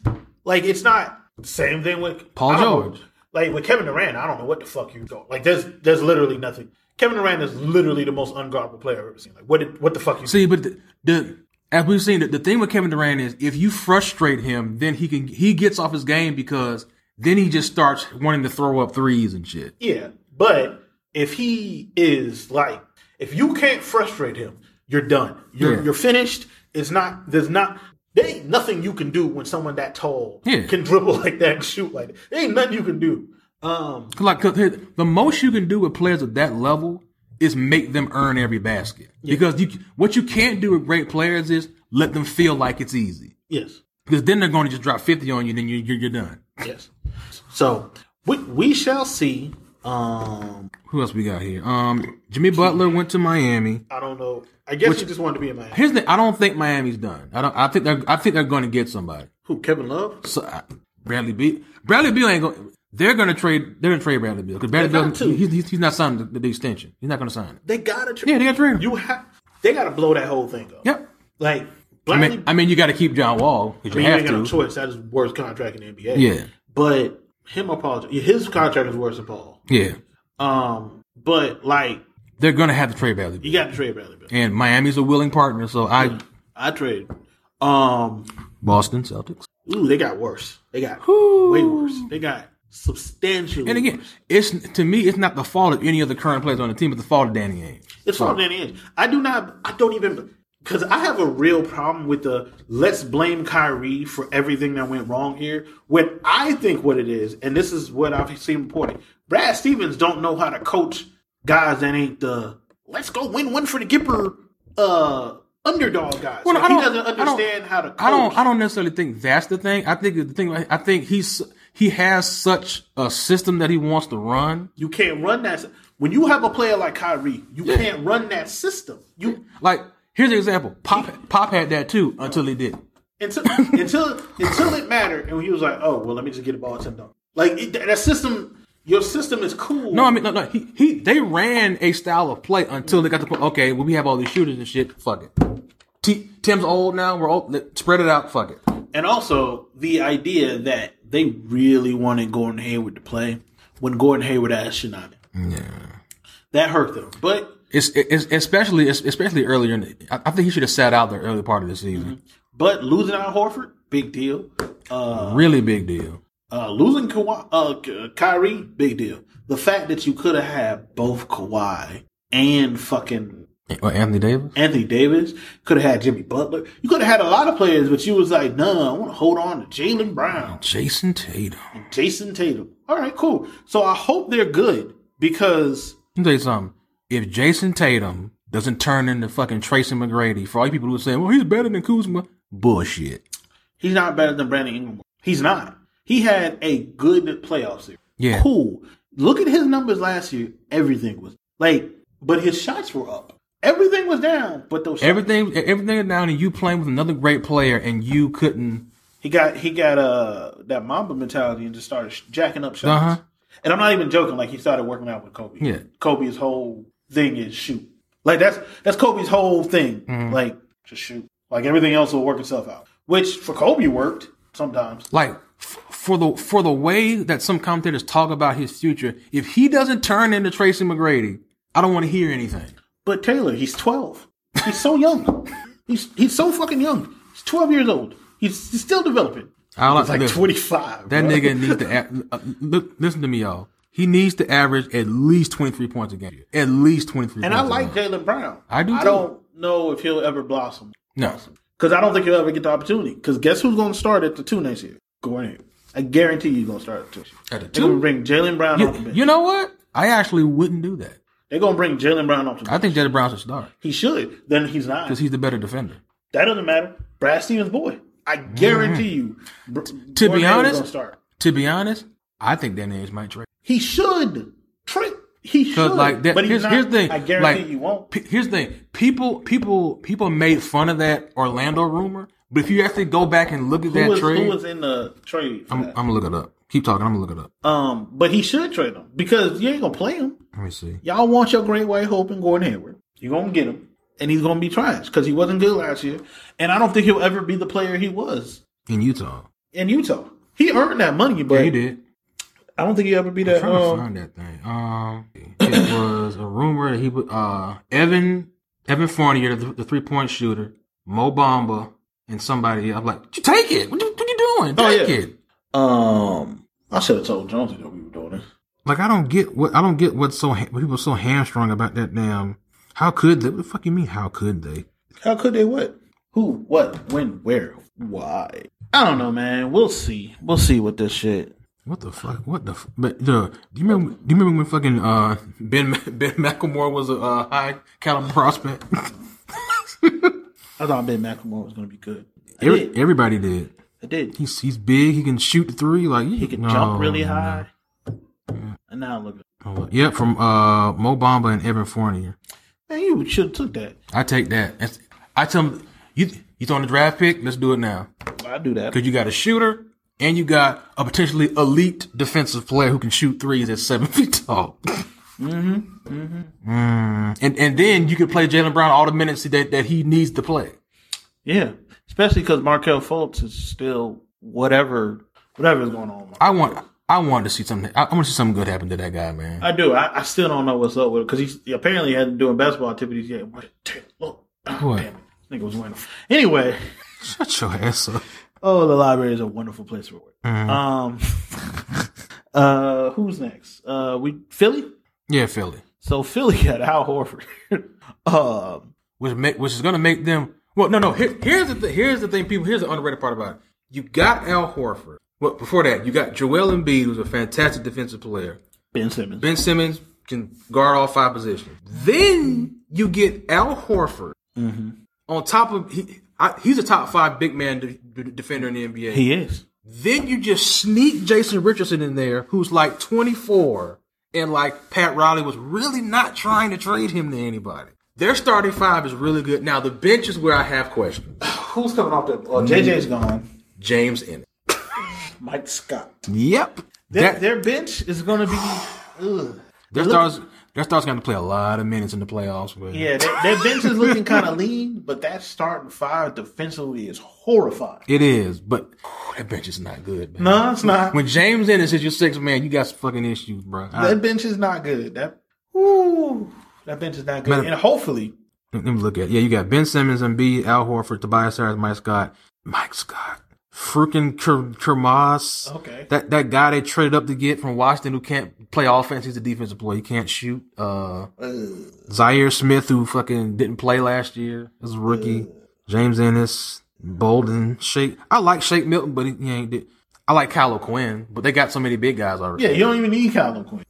[SPEAKER 1] Like it's not same thing with
[SPEAKER 2] Paul
[SPEAKER 1] I don't
[SPEAKER 2] George.
[SPEAKER 1] know. like with Kevin Durant, I don't know what the fuck you go. Like there's there's literally nothing. Kevin Durant is literally the most unguardable player I've ever seen. Like what did, what the fuck you
[SPEAKER 2] See, but the, the as we've seen, the, the thing with Kevin Durant is if you frustrate him, then he can he gets off his game because then he just starts wanting to throw up threes and shit.
[SPEAKER 1] Yeah, but if he is like if you can't frustrate him, You're done. You're
[SPEAKER 2] Yeah.
[SPEAKER 1] you're finished. It's not there's not there ain't nothing you can do when someone that tall
[SPEAKER 2] Yeah.
[SPEAKER 1] can dribble like that and shoot like that. There ain't nothing you can do. Um
[SPEAKER 2] 'Cause Like 'cause the the most you can do with players at that level is make them earn every basket. Because you what you can't do with great players is let them feel like it's easy.
[SPEAKER 1] yes.
[SPEAKER 2] Because then they're going to just drop fifty on you, then you, you're you're done.
[SPEAKER 1] Yes. So we we shall see. Um
[SPEAKER 2] Who else we got here? Um, Jimmy Butler went to Miami.
[SPEAKER 1] I don't know. I guess he just wanted to be in Miami.
[SPEAKER 2] Here's the I don't think Miami's done. I don't. I think they're. I think they're going to get somebody.
[SPEAKER 1] Who Kevin Love?
[SPEAKER 2] So I- Bradley Beal. Bradley Beal ain't going. They're going to trade. They're going to trade Bradley Beal because Bradley
[SPEAKER 1] They got
[SPEAKER 2] Beal.
[SPEAKER 1] to.
[SPEAKER 2] He's, he's, he's not signing the, the extension. He's not going to sign it.
[SPEAKER 1] They gotta tra-
[SPEAKER 2] Yeah, they got to trade him.
[SPEAKER 1] you have they gotta blow that whole thing up.
[SPEAKER 2] Yep.
[SPEAKER 1] Like
[SPEAKER 2] I
[SPEAKER 1] Bradley
[SPEAKER 2] mean, I mean, you got to keep John Wall because you
[SPEAKER 1] I mean, you
[SPEAKER 2] have
[SPEAKER 1] ain't got no
[SPEAKER 2] to.
[SPEAKER 1] choice. That is the worst contract in the NBA.
[SPEAKER 2] Yeah.
[SPEAKER 1] But him apologize. His contract is worse than Paul.
[SPEAKER 2] Yeah,
[SPEAKER 1] Um, but like
[SPEAKER 2] they're going to have to trade Bradley Beal,
[SPEAKER 1] you got to trade Bradley Bill.
[SPEAKER 2] and Miami's a willing partner. So I,
[SPEAKER 1] Mm. I trade. Um,
[SPEAKER 2] Boston Celtics.
[SPEAKER 1] ooh, they got worse. They got way worse. They got substantially.
[SPEAKER 2] And again, it's to me, it's not the fault of any of the current players on the team. It's the fault of Danny Ainge.
[SPEAKER 1] It's all Danny Ainge. I do not. I don't even because I have a real problem with the let's blame Kyrie for everything that went wrong here. When I think what it is, and this is what I've seen reported, Brad Stevens don't know how to coach guys that ain't the let's go win one for the Gipper uh, underdog guys.
[SPEAKER 2] Well, no,
[SPEAKER 1] Like,
[SPEAKER 2] I
[SPEAKER 1] he
[SPEAKER 2] don't-
[SPEAKER 1] doesn't
[SPEAKER 2] I don't-
[SPEAKER 1] understand how to. Coach.
[SPEAKER 2] I don't. I don't necessarily think that's the thing. I think the thing. I think he's he has such a system that he wants to run.
[SPEAKER 1] You can't run that. When you have a player like Kyrie, you can't run that system. You
[SPEAKER 2] Like here's an example. Pop Pop had that too until he did.
[SPEAKER 1] until until until it mattered, and he was like, "Oh well, let me just get the ball to him." though." Like it, that system, your system is cool.
[SPEAKER 2] No, I mean no, no. He, he they ran a style of play until they got the point. Okay, well we have all these shooters and shit. Fuck it. T, Tim's old now. We're old. Let, spread it out. Fuck it.
[SPEAKER 1] and also the idea that they really wanted Gordon Hayward to play when Gordon Hayward asked should not. Yeah, that hurt them. But
[SPEAKER 2] It's, it's especially it's, especially earlier. In the, I, I think he should have sat out the early part of the season.
[SPEAKER 1] but losing out Horford, big deal. Mm-hmm.
[SPEAKER 2] Really big deal.
[SPEAKER 1] Uh, losing Kawhi, uh, K- Kyrie, big deal. The fact that you could have had both Kawhi and fucking
[SPEAKER 2] Well, uh, Anthony Davis.
[SPEAKER 1] Anthony Davis, could have had Jimmy Butler. You could have had a lot of players, but you was like, no, I want to hold on to Jalen Brown,
[SPEAKER 2] Jason Tatum.
[SPEAKER 1] Jason Tatum. All right, cool. So I hope they're good because
[SPEAKER 2] Let me tell you something. If Jason Tatum doesn't turn into fucking Tracy McGrady, for all you people who are saying, well, he's better than Kuzma, bullshit.
[SPEAKER 1] he's not better than Brandon Ingram. He's not. He had a good playoff series.
[SPEAKER 2] Yeah.
[SPEAKER 1] Cool. Look at his numbers last year. Everything was like, but his shots were up. Everything was down, but those shots.
[SPEAKER 2] Everything, everything down, and you playing with another great player, and you couldn't.
[SPEAKER 1] He got he got uh that Mamba mentality and just started sh- jacking up shots.
[SPEAKER 2] Uh-huh.
[SPEAKER 1] And I'm not even joking. Like he started working out with Kobe.
[SPEAKER 2] Yeah.
[SPEAKER 1] Kobe's whole thing is shoot. Like that's that's Kobe's whole thing.
[SPEAKER 2] Mm-hmm.
[SPEAKER 1] Like just shoot. Like everything else will work itself out. Which for Kobe worked sometimes.
[SPEAKER 2] Like f- for the for the way that some commentators talk about his future, if he doesn't turn into Tracy McGrady, I don't want to hear anything.
[SPEAKER 1] But Taylor, he's 12. He's so young. he's he's so fucking young. He's 12 years old. He's, he's still developing.
[SPEAKER 2] I don't
[SPEAKER 1] He's like
[SPEAKER 2] listen,
[SPEAKER 1] 25.
[SPEAKER 2] That
[SPEAKER 1] bro.
[SPEAKER 2] nigga needs to a- uh, look, listen to me, y'all. He needs to average at least twenty three points a game. At least twenty three.
[SPEAKER 1] And I like Jalen Brown.
[SPEAKER 2] I do
[SPEAKER 1] I
[SPEAKER 2] too.
[SPEAKER 1] don't know if he'll ever blossom.
[SPEAKER 2] no.
[SPEAKER 1] Because I don't think he'll ever get the opportunity. Because guess who's going to start at the two next year? Gordon Hayward. I guarantee you he's going to start at the two. They're
[SPEAKER 2] At the
[SPEAKER 1] going
[SPEAKER 2] two?
[SPEAKER 1] to bring Jalen Brown off the
[SPEAKER 2] You,
[SPEAKER 1] bench.
[SPEAKER 2] you know what? I actually wouldn't do that.
[SPEAKER 1] They're going to bring Jalen Brown off the bench.
[SPEAKER 2] I think Jalen Brown should start
[SPEAKER 1] he should. Then he's not.
[SPEAKER 2] because he's the better defender.
[SPEAKER 1] that doesn't matter. Brad Stevens' boy. I guarantee you. Br-
[SPEAKER 2] Mm-hmm. To
[SPEAKER 1] Gordon
[SPEAKER 2] be
[SPEAKER 1] Hayward's
[SPEAKER 2] honest-
[SPEAKER 1] gonna start.
[SPEAKER 2] To be honest, I think Danny Ainge might trade.
[SPEAKER 1] he should. Trey, he should.
[SPEAKER 2] Because like that,
[SPEAKER 1] but he's
[SPEAKER 2] here's,
[SPEAKER 1] not.
[SPEAKER 2] here's the thing.
[SPEAKER 1] I guarantee
[SPEAKER 2] like,
[SPEAKER 1] you won't.
[SPEAKER 2] P- here's the thing. People, people, people made fun of that Orlando rumor, but if you actually go back and look at
[SPEAKER 1] Who
[SPEAKER 2] that
[SPEAKER 1] was, who
[SPEAKER 2] trade,
[SPEAKER 1] was in the trade? For
[SPEAKER 2] I'm, I'm
[SPEAKER 1] that?
[SPEAKER 2] gonna look it up. Keep talking. I'm gonna look it up.
[SPEAKER 1] um, but he should trade him because you ain't gonna play him.
[SPEAKER 2] Let me see.
[SPEAKER 1] Y'all want your great white hope in Gordon Hayward. You're gonna get him, and he's gonna be trash because he wasn't good last year, and I don't think he'll ever be the player he was
[SPEAKER 2] In Utah,
[SPEAKER 1] in Utah. He earned that money, but
[SPEAKER 2] yeah, he did.
[SPEAKER 1] I don't think he'll ever be that.
[SPEAKER 2] trying
[SPEAKER 1] Um,
[SPEAKER 2] to find that thing. Um, it was a rumor that he would. Uh, Evan Evan Fournier, the, the three point shooter, Mo Bamba, and somebody. I'm like, "You take it. What you, what you doing?
[SPEAKER 1] Oh,
[SPEAKER 2] Take
[SPEAKER 1] yeah.
[SPEAKER 2] it.
[SPEAKER 1] um, I should have told Jonesy that we were doing this.
[SPEAKER 2] Like I don't get what I don't get what's so ha- what people are so hamstrung about that damn. How could they? What the fuck you mean? How could they?
[SPEAKER 1] How could they? What? Who? What? When? Where? Why? I don't know, man. We'll see. We'll see with this shit.
[SPEAKER 2] What the fuck? What the? F- but the do you remember? Do you remember when fucking uh Ben Ben McElmore was a uh, high caliber prospect?
[SPEAKER 1] I thought Ben McLemore was gonna be good. I
[SPEAKER 2] Every,
[SPEAKER 1] did.
[SPEAKER 2] everybody did.
[SPEAKER 1] I did.
[SPEAKER 2] He's he's big. He can shoot the three. Like
[SPEAKER 1] He could jump really high. And now look, at
[SPEAKER 2] Yep, Oh, from uh Mo Bamba and Evan Fournier.
[SPEAKER 1] man, you should have took that.
[SPEAKER 2] I take that. That's, I tell him you you throwing the draft pick. Let's do it now
[SPEAKER 1] I do that.
[SPEAKER 2] because you got a shooter and you got a potentially elite defensive player who can shoot threes at seven feet tall. Mm-hmm. Mm-hmm. And and then you can play Jalen Brown all the minutes that that he needs to play.
[SPEAKER 1] Yeah, especially because Markel Fultz is still whatever whatever is going on. with Markel.
[SPEAKER 2] I want I want to see something. I, I want to see something good happen to that guy, man.
[SPEAKER 1] I do. I, I still don't know what's up with it because he's he apparently hasn't doing basketball activities yet. What? Damn, look, Ah,
[SPEAKER 2] What?
[SPEAKER 1] Damn it. Nigga was winning. Anyway,
[SPEAKER 2] Shut your ass up.
[SPEAKER 1] oh, the library is a wonderful place for work.
[SPEAKER 2] Mm-hmm.
[SPEAKER 1] Um, uh, who's next? Uh, we Philly.
[SPEAKER 2] Yeah, Philly.
[SPEAKER 1] So Philly got Al Horford. um,
[SPEAKER 2] which make, which is going to make them. Well, no, no. Here, here's the th- here's the thing, people. Here's the underrated part about it. You got Al Horford. Well, before that, you got Joel Embiid, who's a fantastic defensive player.
[SPEAKER 1] ben Simmons.
[SPEAKER 2] Ben Simmons can guard all five positions. Then you get Al Horford
[SPEAKER 1] Mm-hmm.
[SPEAKER 2] on top of he. I, he's a top five big man de- de- defender in the NBA.
[SPEAKER 1] he is.
[SPEAKER 2] Then you just sneak Jason Richardson in there, who's like 24, and like Pat Riley was really not trying to trade him to anybody. Their starting five is really good. Now the bench is where I have questions.
[SPEAKER 1] Who's coming off the? Uh, JJ's
[SPEAKER 2] Mm-hmm.
[SPEAKER 1] gone.
[SPEAKER 2] James in it.
[SPEAKER 1] Mike Scott.
[SPEAKER 2] Yep.
[SPEAKER 1] Their,
[SPEAKER 2] That,
[SPEAKER 1] their bench is going to be. ugh.
[SPEAKER 2] their stars their stars gonna play a lot of minutes in the playoffs, but
[SPEAKER 1] Yeah, their, their bench is looking kind of lean, but that starting five defensively is horrifying.
[SPEAKER 2] it is. But that bench is not good, man.
[SPEAKER 1] No, it's not.
[SPEAKER 2] When James Ennis is your sixth man, you got some fucking issues, bro. I-
[SPEAKER 1] That bench is not good. That ooh, that bench is not good.
[SPEAKER 2] Matter-
[SPEAKER 1] And hopefully,
[SPEAKER 2] Let me look at. Yeah, you got Ben Simmons and B. Al Horford, Tobias Harris, Mike Scott, Mike Scott, freaking Ker- Kermas.
[SPEAKER 1] Okay.
[SPEAKER 2] that that guy they traded up to get from Washington who can't play offense. He's a defensive player. He can't shoot. Uh, Zaire Smith, who fucking didn't play last year, is a rookie.
[SPEAKER 1] Uh.
[SPEAKER 2] James Ennis, Bolden, Shake. I like Shake Milton, but he, he ain't. Did. I like Kylo Quinn, but they got so many big guys already.
[SPEAKER 1] yeah, you don't even need Calvin Quinn.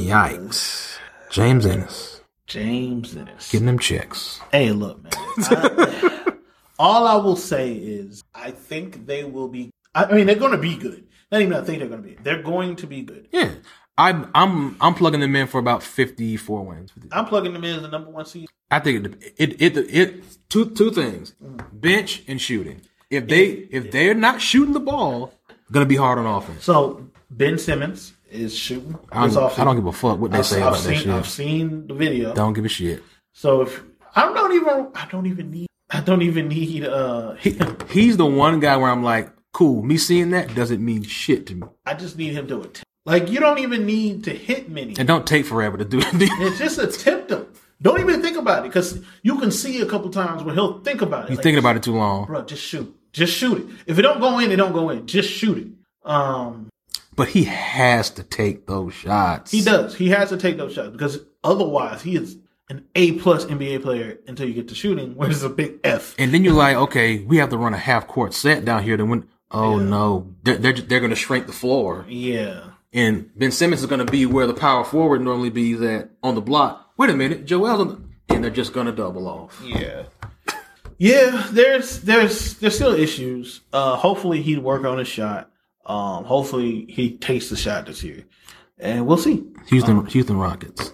[SPEAKER 2] Yikes. James Ennis
[SPEAKER 1] James Ennis.
[SPEAKER 2] getting them checks.
[SPEAKER 1] Hey, look, man. I- all I will say is, I think they will be. I, I mean, they're going to be good. Not even I think they're going to be. They're going to be good.
[SPEAKER 2] Yeah, I'm I'm I'm plugging them in for about 54 wins.
[SPEAKER 1] I'm plugging them in as the number one seed.
[SPEAKER 2] I think it it it, it two two things: bench and shooting. If they if they're not shooting the ball, gonna be hard on offense.
[SPEAKER 1] So Ben Simmons is shooting.
[SPEAKER 2] I
[SPEAKER 1] this
[SPEAKER 2] don't, I
[SPEAKER 1] offseason.
[SPEAKER 2] don't give a fuck what they
[SPEAKER 1] I've,
[SPEAKER 2] say
[SPEAKER 1] I've
[SPEAKER 2] about that
[SPEAKER 1] seen.
[SPEAKER 2] shit.
[SPEAKER 1] I've seen the video.
[SPEAKER 2] Don't give a shit.
[SPEAKER 1] So if I don't even, I don't even need, I don't even need. Uh,
[SPEAKER 2] He, he's the one guy where I'm like, cool. Me seeing that doesn't mean shit to me.
[SPEAKER 1] I just need him to attempt. Like you don't even need to hit many.
[SPEAKER 2] And don't take forever to do it.
[SPEAKER 1] It's just attempt them. Don't even think about it because you can see a couple times where he'll think about it.
[SPEAKER 2] He's thinking about it too long.
[SPEAKER 1] bro, just shoot, just shoot it. If it don't go in, it don't go in. Just shoot it. Um,
[SPEAKER 2] But he has to take those shots.
[SPEAKER 1] he does. He has to take those shots because otherwise he is an A plus NBA player until you get to shooting, where it's a big F.
[SPEAKER 2] And then you're like, okay, we have to run a half court set down here. Then when, oh no, they're they're, they're going to shrink the floor,
[SPEAKER 1] Yeah.
[SPEAKER 2] and Ben Simmons is going to be where the power forward normally be at on the block. Wait a minute, Joel's on the, and they're just going to double off.
[SPEAKER 1] Yeah. Yeah, there's there's there's still issues. Uh hopefully he'd work on his shot. Um hopefully he takes the shot this year. And we'll see.
[SPEAKER 2] Houston, Houston Rockets.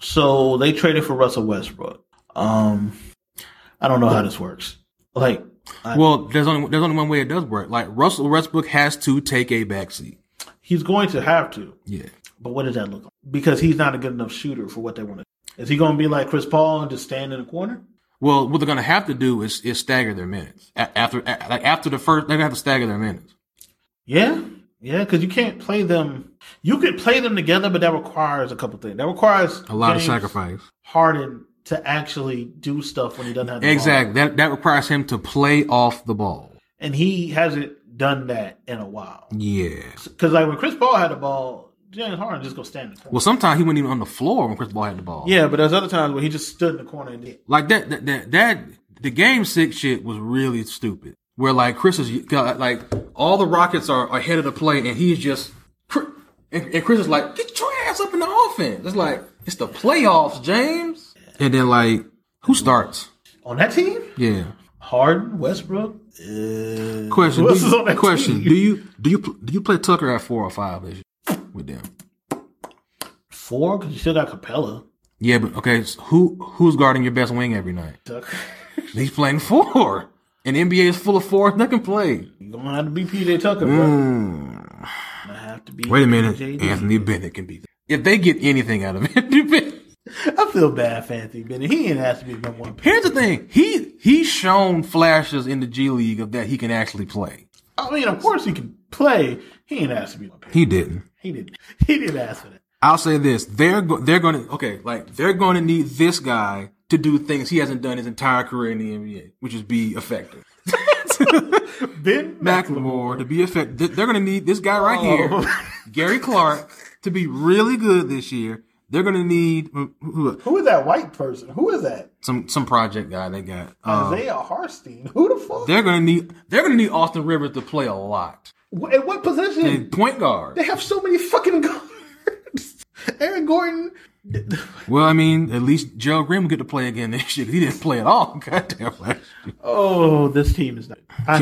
[SPEAKER 1] So they traded for Russell Westbrook. Um I don't know how this works. Like
[SPEAKER 2] Well, there's only there's only one way it does work. Like Russell Westbrook has to take a backseat.
[SPEAKER 1] he's going to have to,
[SPEAKER 2] Yeah,
[SPEAKER 1] but what does that look like? Because he's not a good enough shooter for what they want to do. Is he gonna be like Chris Paul and just stand in the corner?
[SPEAKER 2] Well, what they're going to have to do is is stagger their minutes A- after a- like after the first. They're going to have to stagger their minutes.
[SPEAKER 1] Yeah, yeah, because you can't play them. You could play them together, but that requires a couple things. That requires
[SPEAKER 2] A lot
[SPEAKER 1] James
[SPEAKER 2] of sacrifice.
[SPEAKER 1] Harden to actually do stuff when he doesn't have the ball.
[SPEAKER 2] Exactly. That that requires him to play off the ball.
[SPEAKER 1] and he hasn't done that in a while.
[SPEAKER 2] Yeah.
[SPEAKER 1] Because like when Chris Paul had the ball, James Harden just go stand in the corner.
[SPEAKER 2] Well, sometimes he wasn't even on the floor when Chris Paul had the ball.
[SPEAKER 1] yeah, but there's other times where he just stood in the corner and did.
[SPEAKER 2] Like that, that, that, that the game six shit was really stupid. Where like Chris is got like all the Rockets are ahead of the play, and he's just Cr- and, and Chris is like, get your ass up in the offense. It's like it's the playoffs, James. And then like who starts?
[SPEAKER 1] On that team,
[SPEAKER 2] Yeah.
[SPEAKER 1] Harden, Westbrook. uh,
[SPEAKER 2] Question.
[SPEAKER 1] Who
[SPEAKER 2] Do
[SPEAKER 1] else is on
[SPEAKER 2] you,
[SPEAKER 1] that
[SPEAKER 2] question.
[SPEAKER 1] team?
[SPEAKER 2] Do you do you pl- do you play Tucker at four or five this year with them?
[SPEAKER 1] Four, because you still got Capella.
[SPEAKER 2] Yeah, but okay. so who who's guarding your best wing every night?
[SPEAKER 1] Tucker.
[SPEAKER 2] He's playing four. And NBA is full of fours that can play.
[SPEAKER 1] You're going to have to be PJ Tucker, bro.
[SPEAKER 2] Hmm.
[SPEAKER 1] Gonna have to be
[SPEAKER 2] Mm. Wait a minute.
[SPEAKER 1] PJ.
[SPEAKER 2] Anthony Bennett can be there. If they get anything out of Anthony Bennett.
[SPEAKER 1] I feel bad for Anthony Bennett. He ain't asked to be number one pick.
[SPEAKER 2] Here's the thing. He he's shown flashes in the G League of that he can actually play.
[SPEAKER 1] I mean, of course he can play. He ain't asked to be my pick.
[SPEAKER 2] He didn't.
[SPEAKER 1] He didn't. He didn't ask for that.
[SPEAKER 2] I'll say this. They're go- they're going to okay, like they're going to need this guy to do things he hasn't done his entire career in the NBA, which is be effective.
[SPEAKER 1] Ben
[SPEAKER 2] Macklemore to be effective. They're going to need this guy right here, Gary Clark, to be really good this year. They're going to need who- who-
[SPEAKER 3] Who is that white person? Who is that?
[SPEAKER 2] some some project guy they got.
[SPEAKER 1] Oh.
[SPEAKER 2] Um,
[SPEAKER 3] Isaiah Harstein. Who the fuck?
[SPEAKER 2] they're going to need they're going to need Austin Rivers to play a lot.
[SPEAKER 3] Wh- At what position?
[SPEAKER 2] And point guard.
[SPEAKER 3] They have so many fucking guards. Aaron Gordon.
[SPEAKER 2] Well, I mean, at least Gerald Green will get to play again this year. He didn't play at all. Goddamn. last year.
[SPEAKER 1] Oh, this team is not. I,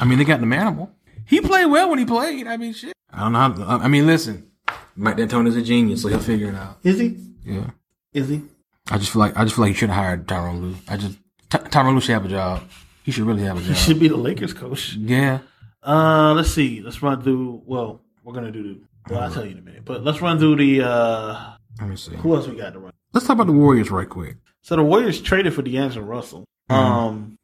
[SPEAKER 2] I mean, they got the manimal. He played well when he played. I mean, shit. I don't know. How, I I mean, listen. Mike D'Antoni's a genius, so he'll figure it out.
[SPEAKER 1] is he?
[SPEAKER 2] Yeah.
[SPEAKER 1] Is he?
[SPEAKER 2] I just feel like I just feel like you should have hired Tyronn Lue. I just Ty- Tyronn Lue should have a job. He should really have a job.
[SPEAKER 1] Should be the Lakers coach.
[SPEAKER 2] yeah.
[SPEAKER 1] Uh, let's see. Let's run through. Well, we're gonna do. the Well, I'll tell you in a minute. But let's run through the. uh
[SPEAKER 2] Let me see.
[SPEAKER 1] Who else we got to run?
[SPEAKER 2] Let's talk about the Warriors right quick.
[SPEAKER 1] So the Warriors traded for D'Angelo Russell. Um,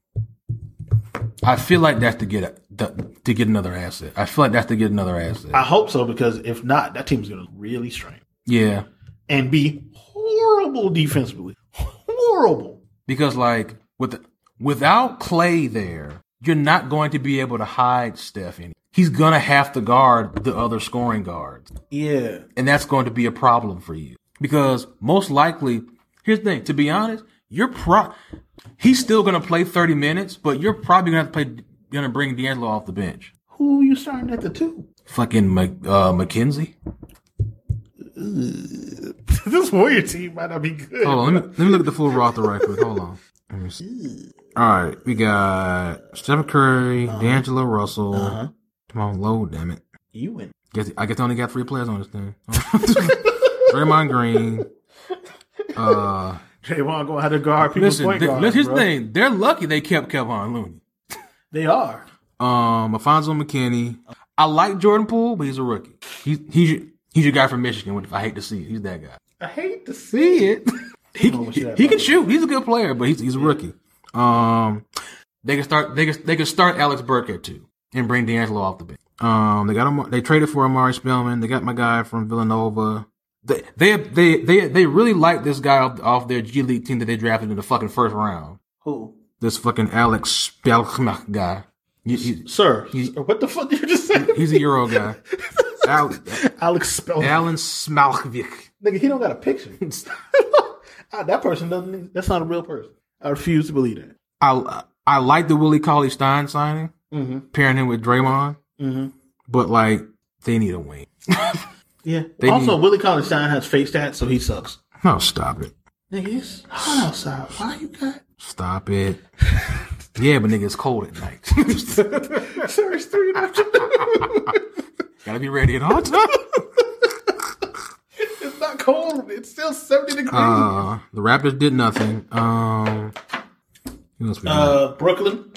[SPEAKER 2] I feel like that's to get a, the, to get another asset. I feel like that's to get another asset.
[SPEAKER 1] I hope so because if not, that team's gonna really strain
[SPEAKER 2] yeah.
[SPEAKER 1] and be horrible defensively. Horrible.
[SPEAKER 2] Because like with without Clay there, you're not going to be able to hide Steph any. He's gonna have to guard the other scoring guards.
[SPEAKER 1] Yeah.
[SPEAKER 2] And that's going to be a problem for you. Because most likely, here's the thing, to be honest, you're pro he's still gonna play 30 minutes, but you're probably gonna have to play gonna bring D'Angelo off the bench.
[SPEAKER 1] Who you starting at the two?
[SPEAKER 2] Fucking Mc, uh, McKenzie.
[SPEAKER 1] this Warrior team might not be good.
[SPEAKER 2] Hold on, let me let me look at the full roster right quick. Hold on. Let me see. All right, we got Stephen Curry, D'Angelo Russell. Come on, low, damn it.
[SPEAKER 1] You and
[SPEAKER 2] Guess I guess they only got three players on this thing. Draymond Green. Uh,
[SPEAKER 1] Javon going to have to guard people's
[SPEAKER 2] listen,
[SPEAKER 1] point
[SPEAKER 2] th-
[SPEAKER 1] guards,
[SPEAKER 2] look, here's
[SPEAKER 1] bro.
[SPEAKER 2] the thing. They're lucky they kept Kevon Looney.
[SPEAKER 1] They are.
[SPEAKER 2] Um, Alfonso McKinney. I like Jordan Poole, but he's a rookie. He's he's your, he's your guy from Michigan. Which I hate to see it. He's that guy.
[SPEAKER 3] I hate to see.
[SPEAKER 2] See it. he
[SPEAKER 1] Oh,
[SPEAKER 2] he,
[SPEAKER 1] shit,
[SPEAKER 2] he can
[SPEAKER 1] brother.
[SPEAKER 2] shoot. He's a good player, but he's he's a rookie. Um, they can start they can they can start Alex Burke at two and bring D'Angelo off the bench. Um, they got Am- they traded for Amari Spellman. They got my guy from Villanova. They they they they, they really like this guy off, off their G League team that they drafted in the fucking first round.
[SPEAKER 1] Who?
[SPEAKER 2] This fucking Alex Spellman guy. He- he-
[SPEAKER 1] Sir.
[SPEAKER 2] He-
[SPEAKER 1] sir, what the fuck did you just say?
[SPEAKER 2] he's a Euro guy. Al,
[SPEAKER 1] Alex Spellman.
[SPEAKER 2] Alan Smalkovic.
[SPEAKER 1] Nigga, he don't got a picture. Ah, that person doesn't. That's not a real person. I refuse to believe that.
[SPEAKER 2] I I like the Willie Cauley Stein signing.
[SPEAKER 1] Mm-hmm.
[SPEAKER 2] pairing him with Draymond,
[SPEAKER 1] Mm-hmm.
[SPEAKER 2] but like they need a wing.
[SPEAKER 1] Yeah.
[SPEAKER 2] They
[SPEAKER 1] also,
[SPEAKER 2] need-
[SPEAKER 1] Willie Collins Stein has face stats, so he sucks.
[SPEAKER 2] No, stop it.
[SPEAKER 1] Nigga, it's hot outside. Why you got?
[SPEAKER 2] Stop it. yeah, but nigga, it's cold at night.
[SPEAKER 1] Sir, it's three in the afternoon.
[SPEAKER 2] Gotta be ready at all times.
[SPEAKER 1] it's not cold. It's still seventy degrees.
[SPEAKER 2] Uh, the Raptors did nothing. Um, who else we got?
[SPEAKER 1] Uh, Brooklyn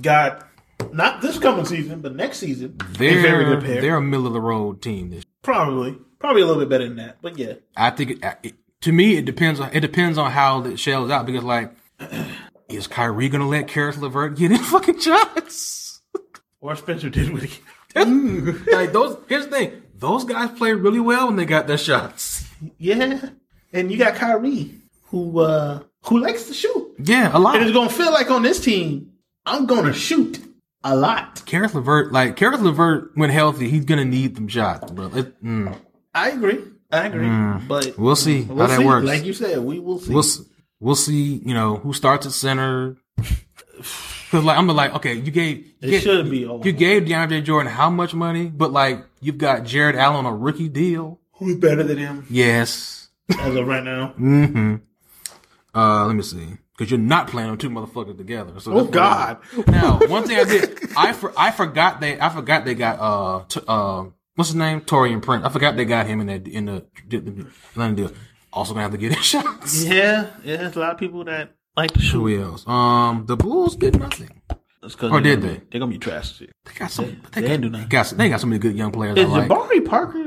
[SPEAKER 1] got not this coming season, but next season. a
[SPEAKER 2] they're
[SPEAKER 1] very good pair.
[SPEAKER 2] they're a middle of the road team. This
[SPEAKER 1] Probably, probably a little bit better than that. But yeah,
[SPEAKER 2] I think. It, I- it, to me, it depends. on It depends on how it shells out because like. Is Kyrie gonna let Karis LeVert get in fucking shots?
[SPEAKER 1] or Spencer did with it.
[SPEAKER 2] like those. Here's the thing: those guys played really well when they got their shots.
[SPEAKER 1] Yeah, and you got Kyrie, who uh who likes to shoot.
[SPEAKER 2] Yeah, a lot.
[SPEAKER 1] And it's gonna feel like on this team, I'm gonna shoot a lot.
[SPEAKER 2] Karis Levert, like Karis Levert, when healthy, he's gonna need them shots, bro. It- mm.
[SPEAKER 1] I agree. I agree. But
[SPEAKER 2] We'll see Mm. how that
[SPEAKER 1] see.
[SPEAKER 2] works.
[SPEAKER 1] Like you said, we will see.
[SPEAKER 2] we'll see. We'll see, you know, who starts at center. Cause like I'm like, okay, you gave you
[SPEAKER 1] It
[SPEAKER 2] gave-
[SPEAKER 1] should be all-
[SPEAKER 2] you gave DeAndre Jordan how much money? But like you've got Jared Allen on a rookie deal.
[SPEAKER 1] Who's better than him
[SPEAKER 2] Yes.
[SPEAKER 1] as of right now?
[SPEAKER 2] Mm-hmm. Uh, let me see. Because you're not playing them two motherfuckers together. So
[SPEAKER 1] Oh
[SPEAKER 2] that's why-
[SPEAKER 1] God!
[SPEAKER 2] Now, one thing I did, I for, I forgot they I forgot they got uh t- uh what's his name Torian Prince. I forgot they got him in that in the, the, the Atlanta deal. Also gonna have to get his shots.
[SPEAKER 1] Yeah, yeah. There's a lot of people that like to shoot.
[SPEAKER 2] Who else? Um, the Bulls did nothing.
[SPEAKER 1] That's 'cause
[SPEAKER 2] Or
[SPEAKER 1] they're
[SPEAKER 2] Oh, did
[SPEAKER 1] gonna be-
[SPEAKER 2] they?
[SPEAKER 1] They're gonna be trash. This year.
[SPEAKER 2] They got some. They,
[SPEAKER 1] They
[SPEAKER 2] got,
[SPEAKER 1] didn't do
[SPEAKER 2] they
[SPEAKER 1] nothing.
[SPEAKER 2] got some- they got so many good young players.
[SPEAKER 1] Is
[SPEAKER 2] I like.
[SPEAKER 1] Jabari Parker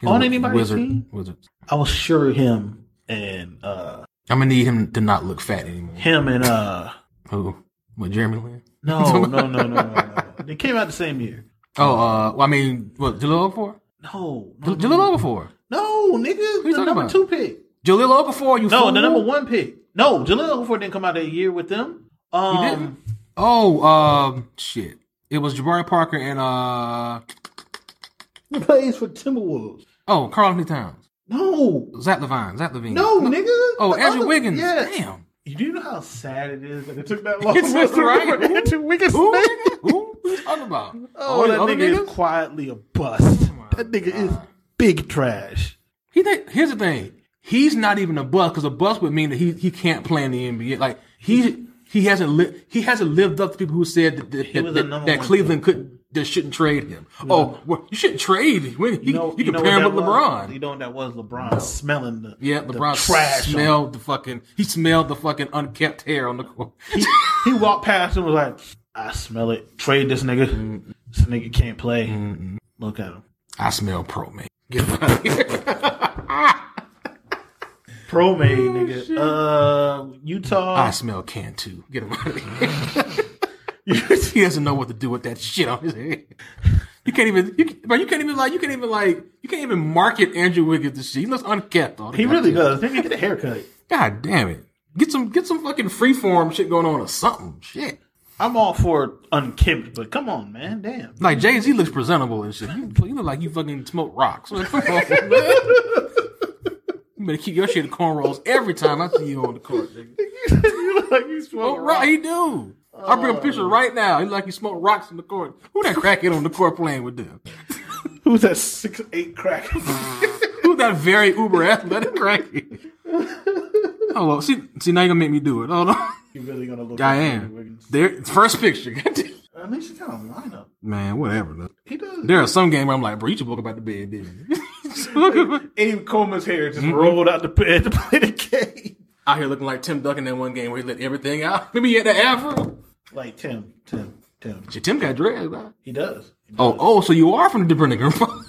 [SPEAKER 2] He's a
[SPEAKER 1] on anybody's
[SPEAKER 2] Wizard,
[SPEAKER 1] team?
[SPEAKER 2] Wizard.
[SPEAKER 1] I was sure him and uh
[SPEAKER 2] I'm gonna need him to not look fat anymore.
[SPEAKER 1] him and uh
[SPEAKER 2] Who? What? Jeremy Lin?
[SPEAKER 1] no no no no no. no. They came out the same year.
[SPEAKER 2] Oh, uh, well, I mean, what? Jaleel Okafor?
[SPEAKER 1] No, no,
[SPEAKER 2] Jaleel
[SPEAKER 1] no,
[SPEAKER 2] Okafor.
[SPEAKER 1] no, nigga,
[SPEAKER 2] you
[SPEAKER 1] the
[SPEAKER 2] talking
[SPEAKER 1] number
[SPEAKER 2] about?
[SPEAKER 1] two pick.
[SPEAKER 2] Jaleel Okafor, you
[SPEAKER 1] No,
[SPEAKER 2] fool.
[SPEAKER 1] the number one pick. No, Jaleel Okafor didn't come out that year with them. Um,
[SPEAKER 2] He didn't? Oh, um, shit. It was Jabari Parker and, uh,
[SPEAKER 1] He plays for Timberwolves.
[SPEAKER 2] oh, Carl Anthony Towns.
[SPEAKER 1] No,
[SPEAKER 2] Zach Levine. Zach Levine.
[SPEAKER 1] no, nigga.
[SPEAKER 2] Oh,
[SPEAKER 1] The
[SPEAKER 2] Andrew
[SPEAKER 1] other-
[SPEAKER 2] Wiggins.
[SPEAKER 1] Yeah.
[SPEAKER 2] Damn.
[SPEAKER 1] You do know how sad it is that it took that long
[SPEAKER 2] It's
[SPEAKER 1] for us to
[SPEAKER 2] right.
[SPEAKER 1] remember Andrew Wiggins'
[SPEAKER 2] Who?
[SPEAKER 1] name?
[SPEAKER 2] Who? What you talking about?
[SPEAKER 1] Oh,
[SPEAKER 2] All these
[SPEAKER 1] that
[SPEAKER 2] other
[SPEAKER 1] nigga is
[SPEAKER 2] niggas? Oh
[SPEAKER 1] quietly a bust.
[SPEAKER 2] my
[SPEAKER 1] That nigga is big trash.
[SPEAKER 2] He think, here's the thing. He's not even a bust because a bust would mean that he, he can't play in the NBA. Like he he hasn't li- he hasn't lived up to people who said that that,
[SPEAKER 1] was
[SPEAKER 2] that,
[SPEAKER 1] the
[SPEAKER 2] that,
[SPEAKER 1] number
[SPEAKER 2] that
[SPEAKER 1] one
[SPEAKER 2] Cleveland could that shouldn't trade him. Oh, well, you shouldn't trade. him. When he, you,
[SPEAKER 1] know
[SPEAKER 2] compare him
[SPEAKER 1] what
[SPEAKER 2] with
[SPEAKER 1] that was?
[SPEAKER 2] LeBron.
[SPEAKER 1] You know what that was? LeBron smelling the
[SPEAKER 2] yeah,
[SPEAKER 1] the
[SPEAKER 2] LeBron
[SPEAKER 1] trash. on-
[SPEAKER 2] smelled the fucking he smelled the fucking unkept hair on the court.
[SPEAKER 1] He walked past and was like, "I smell it. Trade this nigga. This nigga can't play. Look at him.
[SPEAKER 2] I smell promate. Get out of here.
[SPEAKER 1] Pro made nigga. Uh,
[SPEAKER 2] Oh, I
[SPEAKER 1] Utah.
[SPEAKER 2] smell can too. Get him out of here. he doesn't know what to do with that shit on his head. You can't even, you, can- bro. You can't even like, you can't even like, you can't even market Andrew Wiggins this shit. He looks unkept. All the
[SPEAKER 1] he really
[SPEAKER 2] goddamn-
[SPEAKER 1] does. Nigga, get a haircut.
[SPEAKER 2] God damn it. Get some, get some fucking freeform shit going on or something. Shit.
[SPEAKER 1] I'm all for unkempt, but come on, man. Damn.
[SPEAKER 2] Like Jay Z looks presentable and shit. You, you look like you fucking smoke rocks. Like, come on, man. You better keep your shit in cornrows every time I see you on the court. Nigga.
[SPEAKER 1] you look like you
[SPEAKER 2] Oh,
[SPEAKER 1] smoke
[SPEAKER 2] right, he do. I'll bring a picture right now. He like he smoked rocks in the court. Who that crackhead on the court playing with them?
[SPEAKER 1] Who's that six eight crack?
[SPEAKER 2] Who that very uber athletic crackhead? Oh, well, see, see, now you gonna make me do it. Hold on,
[SPEAKER 1] you really gonna look?
[SPEAKER 2] I
[SPEAKER 1] like Andrew
[SPEAKER 2] am.
[SPEAKER 1] Wiggins.
[SPEAKER 2] There, first picture.
[SPEAKER 1] At least you got a lineup.
[SPEAKER 2] Man, whatever. though.
[SPEAKER 1] He does.
[SPEAKER 2] There are some games where I'm like, bro, you just woke up out the bed, didn't you?
[SPEAKER 1] Abe Coleman's hair
[SPEAKER 2] Mm-hmm.
[SPEAKER 1] just rolled out the bed to play the game.
[SPEAKER 2] out here looking like Tim Duncan that one game where he let everything out. Maybe he had the afro.
[SPEAKER 1] Like Tim, Tim, Tim.
[SPEAKER 2] Shit, Tim got dragged. Huh?
[SPEAKER 1] He does.
[SPEAKER 2] Oh, oh, so you are from the Dominican Republic?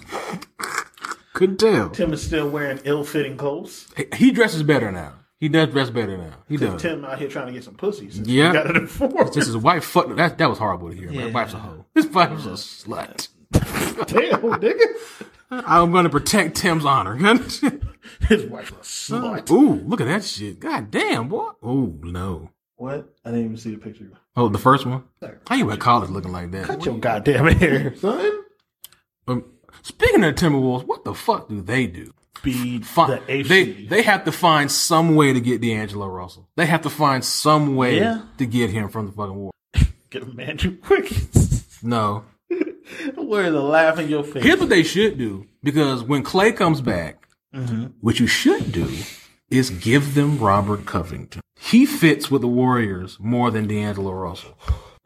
[SPEAKER 2] Couldn't tell.
[SPEAKER 1] Tim is still wearing ill-fitting clothes.
[SPEAKER 2] He- He dresses better now. He does dress better now. He does.
[SPEAKER 1] Tim out here trying to get some pussy. Since
[SPEAKER 2] Yeah.
[SPEAKER 1] he got it in four.
[SPEAKER 2] This is wife. Fuck that. That was horrible to hear. My
[SPEAKER 1] Yeah.
[SPEAKER 2] wife's a hoe. His wife's a slut.
[SPEAKER 1] Damn, nigga.
[SPEAKER 2] I'm gonna protect Tim's honor.
[SPEAKER 1] His wife was smart.
[SPEAKER 2] Ooh, look at that shit. God damn, boy. Ooh, no.
[SPEAKER 1] What? I didn't even see the picture.
[SPEAKER 2] Oh, the first one. How you at college looking like that?
[SPEAKER 1] Cut your goddamn hair, son.
[SPEAKER 2] Um, speaking of Timberwolves, what the fuck do they do?
[SPEAKER 1] Be
[SPEAKER 2] Fi-
[SPEAKER 1] the
[SPEAKER 2] they
[SPEAKER 1] AC.
[SPEAKER 2] they have to find some way to get D'Angelo Russell. They have to find some way
[SPEAKER 1] Yeah.
[SPEAKER 2] to get him from the fucking war.
[SPEAKER 1] Get a man too quick.
[SPEAKER 2] No,
[SPEAKER 1] Where the laugh in your face?
[SPEAKER 2] Here's what they should do because when Clay comes back,
[SPEAKER 1] Mm-hmm.
[SPEAKER 2] what you should do is give them Robert Covington. He fits with the Warriors more than D'Angelo Russell.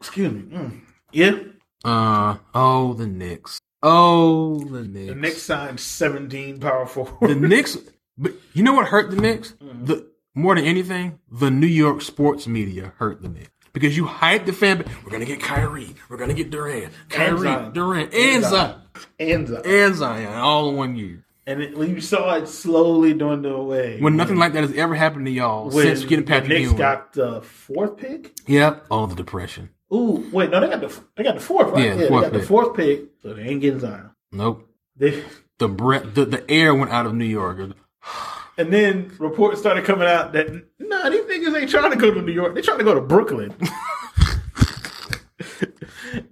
[SPEAKER 1] Excuse me. Mm. Yeah.
[SPEAKER 2] Uh oh, the Knicks. Oh, the Knicks.
[SPEAKER 1] The Knicks signed 17 power forwards.
[SPEAKER 2] The Knicks. But you know what hurt the Knicks? The more than anything, the New York sports media hurt the Knicks. Because you hyped the fan, we're gonna get Kyrie, we're gonna get Durant, Kyrie,
[SPEAKER 1] Zion.
[SPEAKER 2] Durant,
[SPEAKER 1] And
[SPEAKER 2] and Zion,
[SPEAKER 1] and, uh, the-
[SPEAKER 2] and Zion, all in one year.
[SPEAKER 1] and it, you saw it slowly dwindle away.
[SPEAKER 2] when nothing like that has ever happened to y'all
[SPEAKER 1] When
[SPEAKER 2] since getting
[SPEAKER 1] the
[SPEAKER 2] Patrick
[SPEAKER 1] Knicks
[SPEAKER 2] Ewing.
[SPEAKER 1] got the fourth pick.
[SPEAKER 2] yep. Oh, the depression.
[SPEAKER 1] Ooh, wait, no, they got the they got the fourth. Right?
[SPEAKER 2] Yeah,
[SPEAKER 1] they
[SPEAKER 2] fourth
[SPEAKER 1] got
[SPEAKER 2] pick.
[SPEAKER 1] the fourth pick. So they ain't getting Zion.
[SPEAKER 2] Nope.
[SPEAKER 1] They
[SPEAKER 2] The breath, the, the air went out of New York.
[SPEAKER 1] and then reports started coming out that nah, these niggas ain't trying to go to New York. They trying to go to Brooklyn.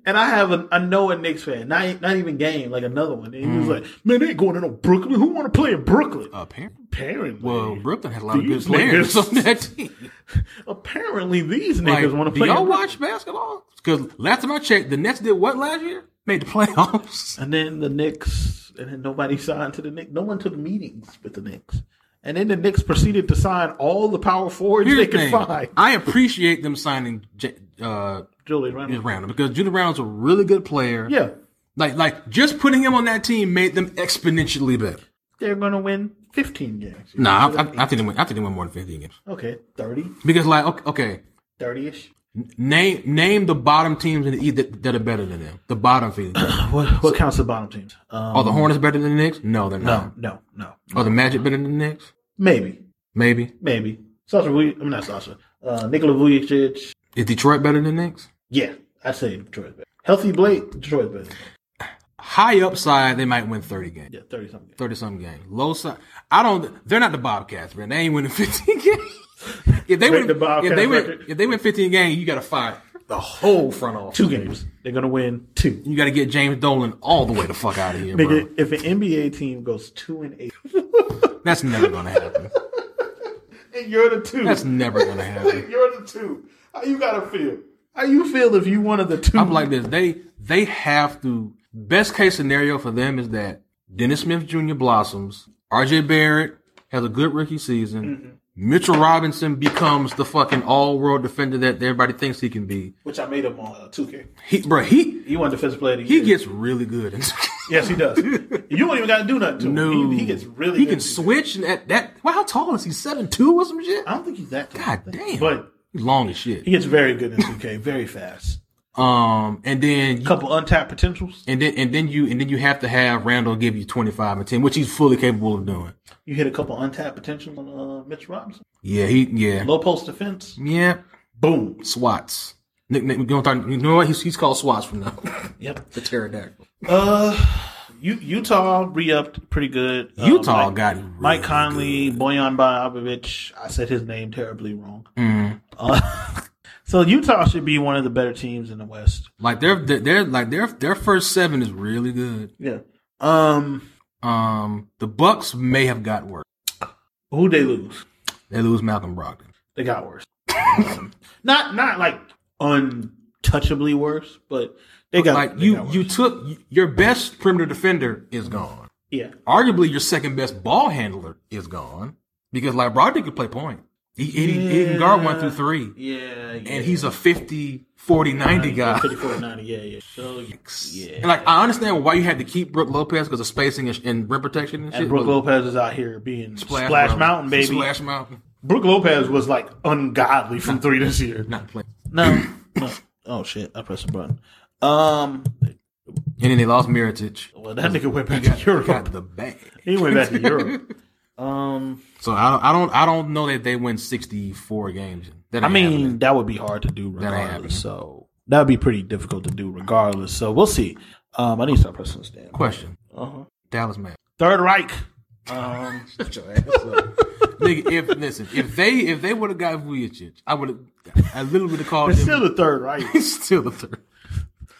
[SPEAKER 1] and I have a, a Noah Knicks fan, not not even game, like another one. And he
[SPEAKER 2] Mm.
[SPEAKER 1] was like, "Man, they ain't going to no Brooklyn. Who want to play in Brooklyn?"
[SPEAKER 2] Apparently,
[SPEAKER 1] apparently,
[SPEAKER 2] Uh, well, Brooklyn had a lot of good
[SPEAKER 1] These
[SPEAKER 2] players
[SPEAKER 1] niggas.
[SPEAKER 2] on that team.
[SPEAKER 1] apparently these
[SPEAKER 2] Like,
[SPEAKER 1] niggas want to
[SPEAKER 2] do
[SPEAKER 1] play.
[SPEAKER 2] y'all
[SPEAKER 1] in
[SPEAKER 2] watch basketball? Because last time I checked, the Nets did what last year? Made the playoffs.
[SPEAKER 1] And then the Knicks, and then nobody signed to the Knicks. No one took meetings with the Knicks. And then the Knicks proceeded to sign all the power forwards
[SPEAKER 2] Here's
[SPEAKER 1] they
[SPEAKER 2] the
[SPEAKER 1] could
[SPEAKER 2] thing.
[SPEAKER 1] find.
[SPEAKER 2] I appreciate them signing J- uh,
[SPEAKER 1] Julius Randle.
[SPEAKER 2] Julius Randle because Julius Randle's a really good player.
[SPEAKER 1] Yeah,
[SPEAKER 2] Like, like just putting him on that team made them exponentially better.
[SPEAKER 1] they're going to win 15 games.
[SPEAKER 2] Nah, I, I, I think they win. I think they win more than fifteen games
[SPEAKER 1] Okay, 30,
[SPEAKER 2] because, like, okay, okay
[SPEAKER 1] 30-ish.
[SPEAKER 2] name name the bottom teams in the East that, that are better than them. The bottom teams.
[SPEAKER 1] What, what counts the bottom teams? Um,
[SPEAKER 2] Are the Hornets better than the Knicks? Oh, No, they're
[SPEAKER 1] no,
[SPEAKER 2] not.
[SPEAKER 1] no, no.
[SPEAKER 2] Are the Magic better than the Knicks?
[SPEAKER 1] Maybe,
[SPEAKER 2] Maybe.
[SPEAKER 1] maybe. Sasha, Vuj- I'm not Sasha. Uh, Nikola Vujovic.
[SPEAKER 2] Is Detroit better than the Knicks?
[SPEAKER 1] Yeah, I say Detroit's better. Healthy Blake, Detroit's better.
[SPEAKER 2] High upside, they might win thirty games,
[SPEAKER 1] Yeah, 30 something.
[SPEAKER 2] thirty some games. Low side, I don't. They're not the Bobcats, man. They ain't winning fifteen games. If they
[SPEAKER 1] Break
[SPEAKER 2] win,
[SPEAKER 1] the Bobcats
[SPEAKER 2] if they win,
[SPEAKER 1] record.
[SPEAKER 2] if they win fifteen games, you got to fire the whole front office.
[SPEAKER 1] Two games. They're going to win two.
[SPEAKER 2] You got to get James Dolan all the way the fuck out of here, bro.
[SPEAKER 1] Nigga, if an NBA team goes two and eight,
[SPEAKER 2] That's never gonna happen.
[SPEAKER 1] and you're the two,
[SPEAKER 2] That's never gonna happen.
[SPEAKER 1] you're the two. How you gotta feel? How you feel if you one of the two?
[SPEAKER 2] I'm like this. They they have to. Best case scenario for them is that Dennis Smith Jr. blossoms. R.J. Barrett has a good rookie
[SPEAKER 1] Mm-hmm.
[SPEAKER 2] season. Mitchell Robinson becomes the fucking all world defender that everybody thinks he can be.
[SPEAKER 1] which I made up on uh, two K.
[SPEAKER 2] He, bro, he
[SPEAKER 1] He won defensive player. Of the
[SPEAKER 2] he
[SPEAKER 1] year.
[SPEAKER 2] gets really good.
[SPEAKER 1] yes, he does. you don't even gotta do nothing to him.
[SPEAKER 2] no,
[SPEAKER 1] he, he gets really.
[SPEAKER 2] He
[SPEAKER 1] good.
[SPEAKER 2] can switch and at that. Well, how tall is he? Seven two or some shit.
[SPEAKER 1] I don't think he's that. tall.
[SPEAKER 2] God damn.
[SPEAKER 1] But
[SPEAKER 2] He's long as shit.
[SPEAKER 1] he gets very good in two K. Very fast.
[SPEAKER 2] Um, and then you
[SPEAKER 1] Couple untapped potentials.
[SPEAKER 2] And then and then you and then you have to have Randall give you twenty five and ten, which he's fully capable of doing.
[SPEAKER 1] You hit a couple untapped potentials on uh, Mitch Robinson.
[SPEAKER 2] Yeah, he yeah.
[SPEAKER 1] Low post defense.
[SPEAKER 2] Yeah.
[SPEAKER 1] Boom.
[SPEAKER 2] Swats. Nick, Nick, we gonna talk, you know what? He's, he's called Swats from now.
[SPEAKER 1] Yep.
[SPEAKER 2] the pterodactyl.
[SPEAKER 1] Uh, U- Utah re-upped pretty good. Um,
[SPEAKER 2] Utah
[SPEAKER 1] Mike,
[SPEAKER 2] got him
[SPEAKER 1] Mike
[SPEAKER 2] really
[SPEAKER 1] Conley, Boyan Bogdanovich. I said his name terribly wrong.
[SPEAKER 2] Mm.
[SPEAKER 1] Uh, so Utah should be one of the better teams in the West.
[SPEAKER 2] Like their their their- like their their first seven is really good.
[SPEAKER 1] Yeah. Um,
[SPEAKER 2] Um, the Bucks may have got worse.
[SPEAKER 1] who they lose?
[SPEAKER 2] They lose Malcolm Brogdon.
[SPEAKER 1] They got worse. Um, not not like untouchably worse, but they got
[SPEAKER 2] Like
[SPEAKER 1] they
[SPEAKER 2] you
[SPEAKER 1] got worse.
[SPEAKER 2] you took your best perimeter defender is gone.
[SPEAKER 1] yeah.
[SPEAKER 2] arguably your second best ball handler is gone because like Brogdon could play point. He, he, he can guard one through three,
[SPEAKER 1] Yeah, yeah.
[SPEAKER 2] and he's a 50, 40, 90 guy.
[SPEAKER 1] 54 90, yeah, yeah. So, yeah.
[SPEAKER 2] And like I understand why you had to keep Brooke Lopez because of spacing and, and rim protection and shit.
[SPEAKER 1] And Brooke
[SPEAKER 2] but
[SPEAKER 1] Lopez is out here being Splash,
[SPEAKER 2] Brown-
[SPEAKER 1] Mountain, baby.
[SPEAKER 2] Splash Mountain,
[SPEAKER 1] Brooke Lopez was like ungodly from three this year.
[SPEAKER 2] not playing.
[SPEAKER 1] No, no. Oh shit! I pressed the button. Um.
[SPEAKER 2] And then they lost Miritich.
[SPEAKER 1] Well, that nigga went back to Europe.
[SPEAKER 2] Got the bag.
[SPEAKER 1] He went back to Europe. Um.
[SPEAKER 2] So I don't, I don't, I don't know that they win sixty four games. That ain't
[SPEAKER 1] I
[SPEAKER 2] happening.
[SPEAKER 1] mean, that would be hard to do
[SPEAKER 2] ain't happening.
[SPEAKER 1] regardless. So that would be pretty difficult to do regardless. So we'll see. Um. I need to start pressing this damn.
[SPEAKER 2] question:
[SPEAKER 1] Uh-huh.
[SPEAKER 2] Dallas man.
[SPEAKER 1] Third Reich. Um.
[SPEAKER 2] Nigga, if listen, if they if they would have got Vujicic, I would have. I literally would have called
[SPEAKER 1] It's
[SPEAKER 2] him.
[SPEAKER 1] still the Third Reich.
[SPEAKER 2] still the third.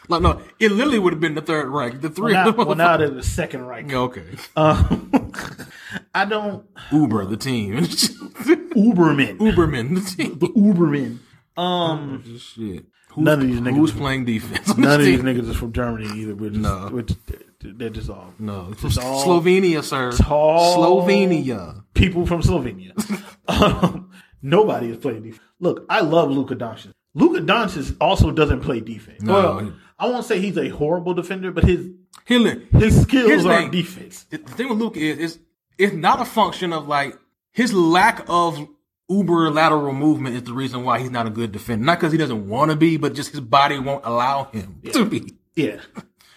[SPEAKER 2] Like no, it literally would have been the third rank. The three.
[SPEAKER 1] Now,
[SPEAKER 2] of them
[SPEAKER 1] well, now they're the Second Reich.
[SPEAKER 2] okay.
[SPEAKER 1] Um. I don't.
[SPEAKER 2] Uber the team.
[SPEAKER 1] Uberman.
[SPEAKER 2] Uberman the team.
[SPEAKER 1] The Uberman. Um.
[SPEAKER 2] Shit. Who's,
[SPEAKER 1] None of these niggas-
[SPEAKER 2] Who's playing defense? on
[SPEAKER 1] None of
[SPEAKER 2] this
[SPEAKER 1] these
[SPEAKER 2] team?
[SPEAKER 1] niggas is from Germany either. We're just,
[SPEAKER 2] No.
[SPEAKER 1] we're just- they're just all
[SPEAKER 2] No, it's
[SPEAKER 1] Just all
[SPEAKER 2] Slovenia, sir.
[SPEAKER 1] tall-
[SPEAKER 2] Slovenia.
[SPEAKER 1] people from Slovenia. um, nobody is playing defense. Look, I love Luka Doncic. Luka Doncic also doesn't play defense.
[SPEAKER 2] No.
[SPEAKER 1] Well, I won't say he's a horrible defender, but his
[SPEAKER 2] Hitler.
[SPEAKER 1] his skills
[SPEAKER 2] Here's the
[SPEAKER 1] are
[SPEAKER 2] thing.
[SPEAKER 1] defense.
[SPEAKER 2] The the thing with Luke is, is it's not a function of like his lack of uber lateral movement is the reason why he's not a good defender. Not because he doesn't want to be, but just his body won't allow him to be.
[SPEAKER 1] Yeah,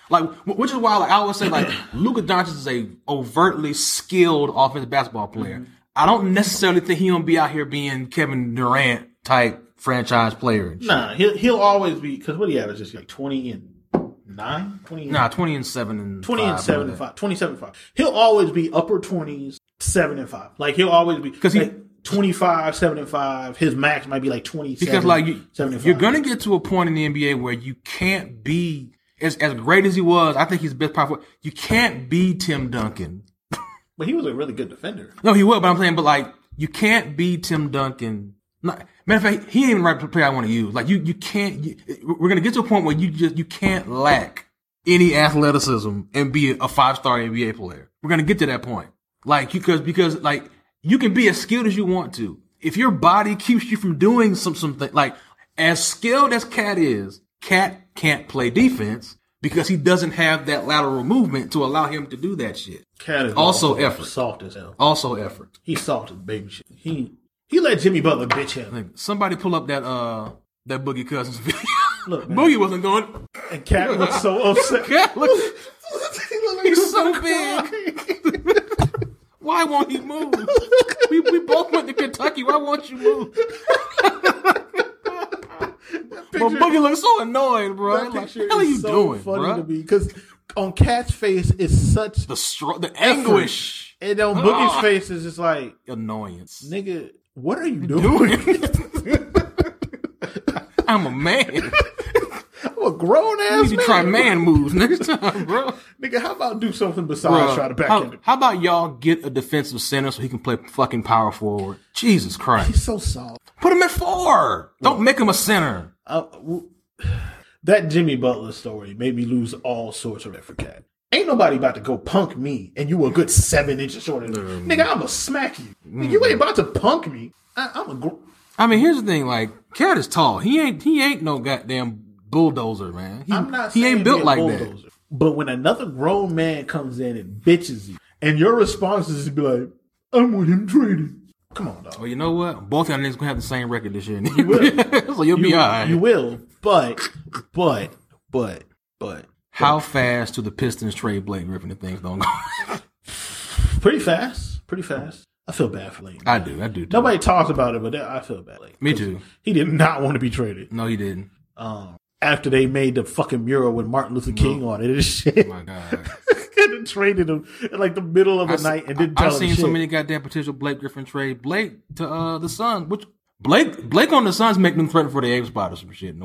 [SPEAKER 2] Like, wh- which is why like, I always say like Luka Doncic is a overtly skilled offensive basketball player.
[SPEAKER 1] Mm-hmm.
[SPEAKER 2] I don't necessarily think he gonna be out here being Kevin Durant type franchise player. and shit.
[SPEAKER 1] nah, he'll he'll always be because what he averaged is like twenty and nine, 20 and,
[SPEAKER 2] Nah, twenty and seven and
[SPEAKER 1] 20 and
[SPEAKER 2] five,
[SPEAKER 1] seven and
[SPEAKER 2] something like
[SPEAKER 1] five, 27 and five. He'll always be upper twenties, seven and five. Like he'll always be
[SPEAKER 2] that. Cause he,
[SPEAKER 1] like, 25, 75. His max might be like 27.
[SPEAKER 2] Because like you,
[SPEAKER 1] 75.
[SPEAKER 2] you're gonna get to a point in the NBA where you can't be as as great as he was. I think he's the best power forward. You can't be Tim Duncan.
[SPEAKER 1] But he was a really good defender.
[SPEAKER 2] No, he will. But I'm saying, but like you can't be Tim Duncan. Not, matter of fact, he ain't even the right player I want to use. Like you, you can't. You, we're gonna get to a point where you just you can't lack any athleticism and be a five star NBA player. We're gonna get to that point. Like because because like you can be as skilled as you want to. If your body keeps you from doing some something like as skilled as Cat is, Cat can't play defense because he doesn't have that lateral movement to allow him to do that shit.
[SPEAKER 1] Cat is
[SPEAKER 2] Also effort.
[SPEAKER 1] Soft as hell.
[SPEAKER 2] Also effort.
[SPEAKER 1] He soft as baby shit. He he let Jimmy Butler bitch him.
[SPEAKER 2] Like, somebody pull up that uh that Boogie Cousins video.
[SPEAKER 1] Look, man.
[SPEAKER 2] Boogie wasn't going.
[SPEAKER 1] And Cat was so upset.
[SPEAKER 2] Yeah, look,
[SPEAKER 1] He looked like he
[SPEAKER 2] he's
[SPEAKER 1] was
[SPEAKER 2] so
[SPEAKER 1] gonna
[SPEAKER 2] big.
[SPEAKER 1] cry.
[SPEAKER 2] Why won't he move? we, we both went to Kentucky. Why won't you move? But Boogie looks so annoyed, bro.
[SPEAKER 1] That
[SPEAKER 2] Like, what
[SPEAKER 1] picture
[SPEAKER 2] the hell are
[SPEAKER 1] is
[SPEAKER 2] you
[SPEAKER 1] so
[SPEAKER 2] doing,
[SPEAKER 1] funny
[SPEAKER 2] bro?
[SPEAKER 1] to me because on Cat's face is such,
[SPEAKER 2] The str- the anguish,
[SPEAKER 1] and on Boogie's
[SPEAKER 2] Ah.
[SPEAKER 1] face is just like,
[SPEAKER 2] annoyance.
[SPEAKER 1] nigga, what are you doing?
[SPEAKER 2] I'm a man.
[SPEAKER 1] I'm a grown
[SPEAKER 2] You
[SPEAKER 1] ass
[SPEAKER 2] need to
[SPEAKER 1] man.
[SPEAKER 2] try man moves next time, bro.
[SPEAKER 1] Nigga, how about do something besides
[SPEAKER 2] Bro,
[SPEAKER 1] try to back
[SPEAKER 2] Uh, how,
[SPEAKER 1] end it?
[SPEAKER 2] how about y'all get a defensive center so he can play fucking power forward? Jesus Christ.
[SPEAKER 1] He's so soft.
[SPEAKER 2] Put him at four. Don't make him a center.
[SPEAKER 1] I- Uh, w- that Jimmy Butler story made me lose all sorts of it for Cat. Ain't nobody about to go punk me, and you a good seven inches shorter. than
[SPEAKER 2] Mm.
[SPEAKER 1] me. Nigga, I'ma smack you. Nigga, You ain't about to punk me. I, I'm a. Gr-
[SPEAKER 2] I mean, here's the thing: like, Cat is tall. He ain't he ain't no goddamn bulldozer, man. He,
[SPEAKER 1] I'm not.
[SPEAKER 2] he
[SPEAKER 1] saying
[SPEAKER 2] ain't built
[SPEAKER 1] be a
[SPEAKER 2] like that.
[SPEAKER 1] bulldozer. But when another grown man comes in and bitches you, and your response is to be like, "I want him traded." Come on, dog.
[SPEAKER 2] Well, you know what? Both y'all niggas gonna have the same record this year, so you'll be
[SPEAKER 1] You,
[SPEAKER 2] all right.
[SPEAKER 1] you will, but, but, but, but,
[SPEAKER 2] How fast do the Pistons trade Blake Griffin if things don't go?
[SPEAKER 1] pretty fast, pretty fast. I feel bad for Lane.
[SPEAKER 2] I do, I do. Too.
[SPEAKER 1] Nobody talks about it, but that, I feel bad. Like,
[SPEAKER 2] Me too.
[SPEAKER 1] He did not want to be traded.
[SPEAKER 2] No, you didn't.
[SPEAKER 1] Um, after they made the fucking mural with Martin Luther King on it and shit,
[SPEAKER 2] Oh my God.
[SPEAKER 1] and then traded him in like the middle of the
[SPEAKER 2] se-
[SPEAKER 1] night and didn't
[SPEAKER 2] I-
[SPEAKER 1] tell
[SPEAKER 2] I've
[SPEAKER 1] him
[SPEAKER 2] seen
[SPEAKER 1] shit.
[SPEAKER 2] so many goddamn potential Blake Griffin trade Blake to uh the Suns, which Blake Blake on the Suns make them threaten for the A spot or some shit.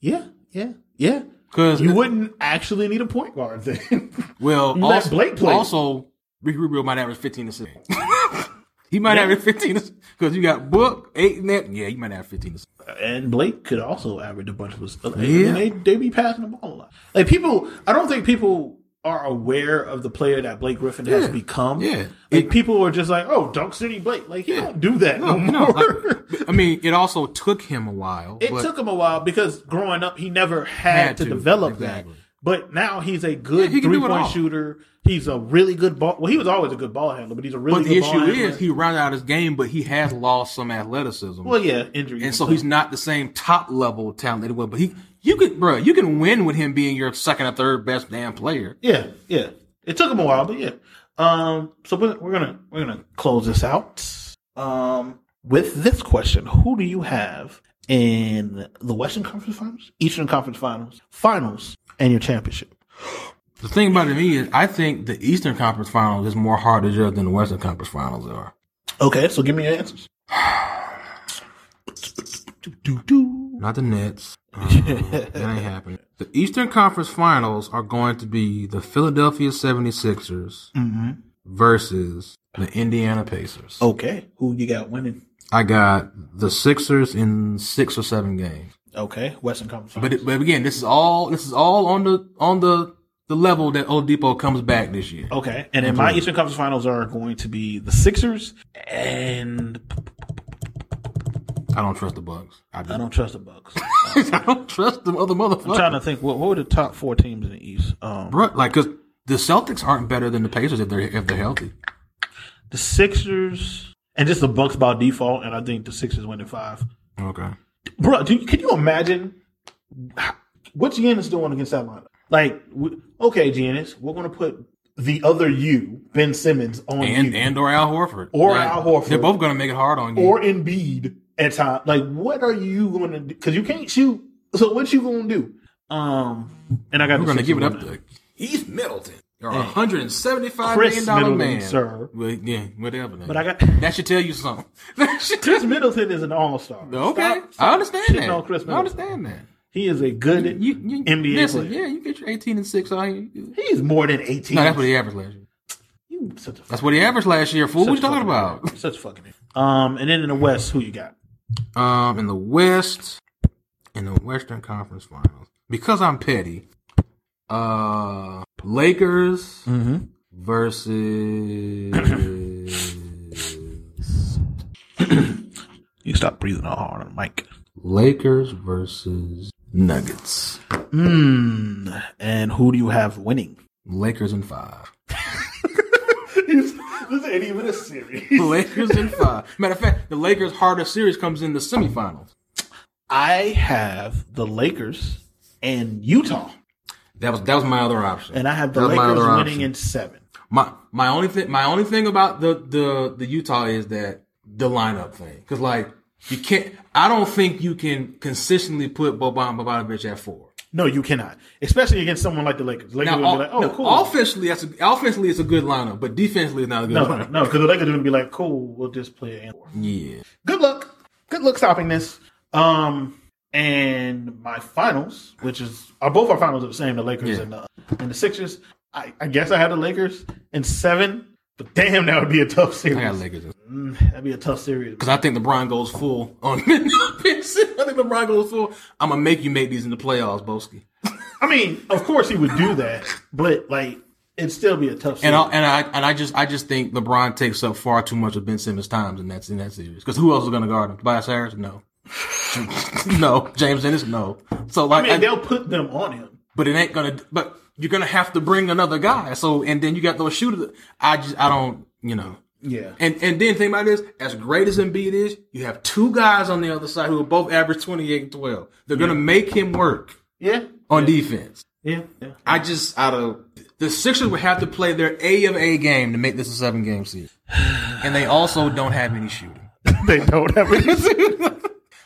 [SPEAKER 1] Yeah, yeah, yeah.
[SPEAKER 2] Because
[SPEAKER 1] You wouldn't actually need a point guard then.
[SPEAKER 2] well,
[SPEAKER 1] let
[SPEAKER 2] also,
[SPEAKER 1] Blake play.
[SPEAKER 2] also Ricky Rubio might average fifteen to six. he might average fifteen because you got Book eight and that. Yeah, he might have fifteen. To six.
[SPEAKER 1] and Blake could also average a bunch of us. And
[SPEAKER 2] Yeah.
[SPEAKER 1] they they be passing the ball a lot. Like people, I don't think people are aware of the player that Blake Griffin has
[SPEAKER 2] Yeah.
[SPEAKER 1] become.
[SPEAKER 2] Yeah.
[SPEAKER 1] like people are just like, oh, Dunk City Blake. Like he don't do that no,
[SPEAKER 2] No,
[SPEAKER 1] more.
[SPEAKER 2] I, I mean, it also took him a while.
[SPEAKER 1] it
[SPEAKER 2] but
[SPEAKER 1] took him a while because growing up, he never had,
[SPEAKER 2] Had
[SPEAKER 1] to,
[SPEAKER 2] to,
[SPEAKER 1] develop
[SPEAKER 2] exactly.
[SPEAKER 1] that. But now he's a good
[SPEAKER 2] Yeah, he can do
[SPEAKER 1] three
[SPEAKER 2] it all.
[SPEAKER 1] point shooter. He's a really good ball. Well, he was always a good ball handler, but he's a really
[SPEAKER 2] But
[SPEAKER 1] good
[SPEAKER 2] the
[SPEAKER 1] ball
[SPEAKER 2] issue
[SPEAKER 1] handler.
[SPEAKER 2] is he rounded out his game, but he has lost some athleticism.
[SPEAKER 1] well, yeah, injury.
[SPEAKER 2] and so he's not the same top level talent that he was. But he, you can, bro, you can win with him being your second or third best damn player.
[SPEAKER 1] Yeah, yeah. It took him a while, but yeah. Um, so we're, we're gonna we're gonna close this out. Um, with this question, who do you have in the Western Conference Finals, Eastern Conference Finals, Finals, and your championship?
[SPEAKER 2] The thing about it to me is, I think the Eastern Conference Finals is more hard to judge than the Western Conference Finals are.
[SPEAKER 1] Okay, so give me your answers. do, do, do.
[SPEAKER 2] Not the Nets. Um, that ain't happening. The Eastern Conference Finals are going to be the Philadelphia 76ers
[SPEAKER 1] Mhm.
[SPEAKER 2] versus the Indiana Pacers.
[SPEAKER 1] Okay, who you got winning?
[SPEAKER 2] I got the Sixers in six or seven games.
[SPEAKER 1] Okay, Western Conference.
[SPEAKER 2] But
[SPEAKER 1] Finals.
[SPEAKER 2] it, but again, this is all this is all on the on the the level that Oladipo comes back this year.
[SPEAKER 1] okay, and then my Eastern Conference Finals are going to be the Sixers and
[SPEAKER 2] I don't trust the Bucks. I,
[SPEAKER 1] I
[SPEAKER 2] don't.
[SPEAKER 1] don't trust the Bucks.
[SPEAKER 2] I don't trust them other
[SPEAKER 1] I'm
[SPEAKER 2] motherfuckers.
[SPEAKER 1] trying to think what, what were the top four teams in the East? Um,
[SPEAKER 2] Bro, like, cause the Celtics aren't better than the Pacers if they're if they're healthy.
[SPEAKER 1] the Sixers and just the Bucks by default, and I think the Sixers win in five.
[SPEAKER 2] Okay.
[SPEAKER 1] Bro, do, can you imagine what Giannis doing against that lineup? Like, w- okay, Giannis, we're going to put the other you, Ben Simmons, on
[SPEAKER 2] And
[SPEAKER 1] you
[SPEAKER 2] and or Al Horford
[SPEAKER 1] Or
[SPEAKER 2] Like,
[SPEAKER 1] Al Horford.
[SPEAKER 2] They're both gonna make it hard on you.
[SPEAKER 1] or Embiid at time. Like, what are you going to do? Because you can't shoot. So what you going to do? Um, and I got
[SPEAKER 2] We're
[SPEAKER 1] the
[SPEAKER 2] gonna
[SPEAKER 1] Sixers
[SPEAKER 2] give it up
[SPEAKER 1] winning.
[SPEAKER 2] to East Middleton. You're a hundred and seventy-five
[SPEAKER 1] Chris
[SPEAKER 2] million dollar
[SPEAKER 1] Middleton,
[SPEAKER 2] man,
[SPEAKER 1] sir.
[SPEAKER 2] Well, yeah, whatever.
[SPEAKER 1] But I got
[SPEAKER 2] that should tell you something. That should-
[SPEAKER 1] Chris Middleton is an all star.
[SPEAKER 2] okay, I understand
[SPEAKER 1] shitting
[SPEAKER 2] that.
[SPEAKER 1] on Chris
[SPEAKER 2] I understand that.
[SPEAKER 1] He is a good
[SPEAKER 2] You, you
[SPEAKER 1] NBA
[SPEAKER 2] listen,
[SPEAKER 1] player.
[SPEAKER 2] yeah, you get your eighteen and six. All you, no,
[SPEAKER 1] He is more than eighteen.
[SPEAKER 2] that's what he averaged last year.
[SPEAKER 1] You such a
[SPEAKER 2] That's what he averaged last year. Fool, what you talking about?
[SPEAKER 1] Such fucking. Um, and then in the West, who you got?
[SPEAKER 2] Um, in the West, in the Western Conference Finals, because I'm petty. Uh, Lakers
[SPEAKER 1] Mm-hmm.
[SPEAKER 2] versus
[SPEAKER 1] You stop breathing all hard on the mic.
[SPEAKER 2] Lakers versus Nuggets.
[SPEAKER 1] Mm, and who do you have winning?
[SPEAKER 2] Lakers in five.
[SPEAKER 1] this ain't even a series.
[SPEAKER 2] Lakers in five. Matter of fact, the Lakers' hardest series comes in the semifinals.
[SPEAKER 1] I have the Lakers and Utah,
[SPEAKER 2] That was that was my other option.
[SPEAKER 1] and I have the
[SPEAKER 2] That's my
[SPEAKER 1] Lakers
[SPEAKER 2] other
[SPEAKER 1] winning
[SPEAKER 2] option.
[SPEAKER 1] in seven.
[SPEAKER 2] My my only thing my only thing about the the the Utah is that the lineup thing because like you can't I don't think you can consistently put Boban Bogdanovich at four.
[SPEAKER 1] No, you cannot, especially against someone like the Lakers. Lakers
[SPEAKER 2] Now,
[SPEAKER 1] gonna be like,
[SPEAKER 2] off-
[SPEAKER 1] oh,
[SPEAKER 2] now,
[SPEAKER 1] cool.
[SPEAKER 2] offensively that's a, offensively it's a good lineup, but defensively it's not a good
[SPEAKER 1] no,
[SPEAKER 2] lineup.
[SPEAKER 1] no, because the Lakers are gonna be like, cool, we'll just play it. in."
[SPEAKER 2] Yeah,
[SPEAKER 1] Good luck, good luck stopping this. Um, and my finals, which is are both our finals are the same, the Lakers
[SPEAKER 2] Yeah.
[SPEAKER 1] and the and the Sixers. I, I guess I had the Lakers in seven, but damn, that would be a tough series.
[SPEAKER 2] I got Lakers
[SPEAKER 1] Mm, that'd be a tough series.
[SPEAKER 2] because I think LeBron goes full on. I think LeBron goes full. I'm gonna make you make these in the playoffs, Boski.
[SPEAKER 1] I mean, of course he would do that, but like it'd still be a tough series.
[SPEAKER 2] And I, and I and I just I just think LeBron takes up far too much of Ben Simmons' times in that in that series. Because who else is going to guard him? Tobias Harris? No. no. James Ennis? No. So
[SPEAKER 1] I
[SPEAKER 2] like,
[SPEAKER 1] mean,
[SPEAKER 2] I-
[SPEAKER 1] they'll put them on him.
[SPEAKER 2] but it ain't gonna. But you're gonna have to bring another guy. So and then you got those shooters. I just I don't you know.
[SPEAKER 1] Yeah.
[SPEAKER 2] And and then think about this: as great as Embiid is, you have two guys on the other side who are both average twenty eight and twelve. They're gonna make him work
[SPEAKER 1] Yeah.
[SPEAKER 2] on defense.
[SPEAKER 1] Yeah. Yeah.
[SPEAKER 2] I just out of the Sixers would have to play their A of A game to make this a seven game season, and they also don't have any shooting.
[SPEAKER 1] they don't have any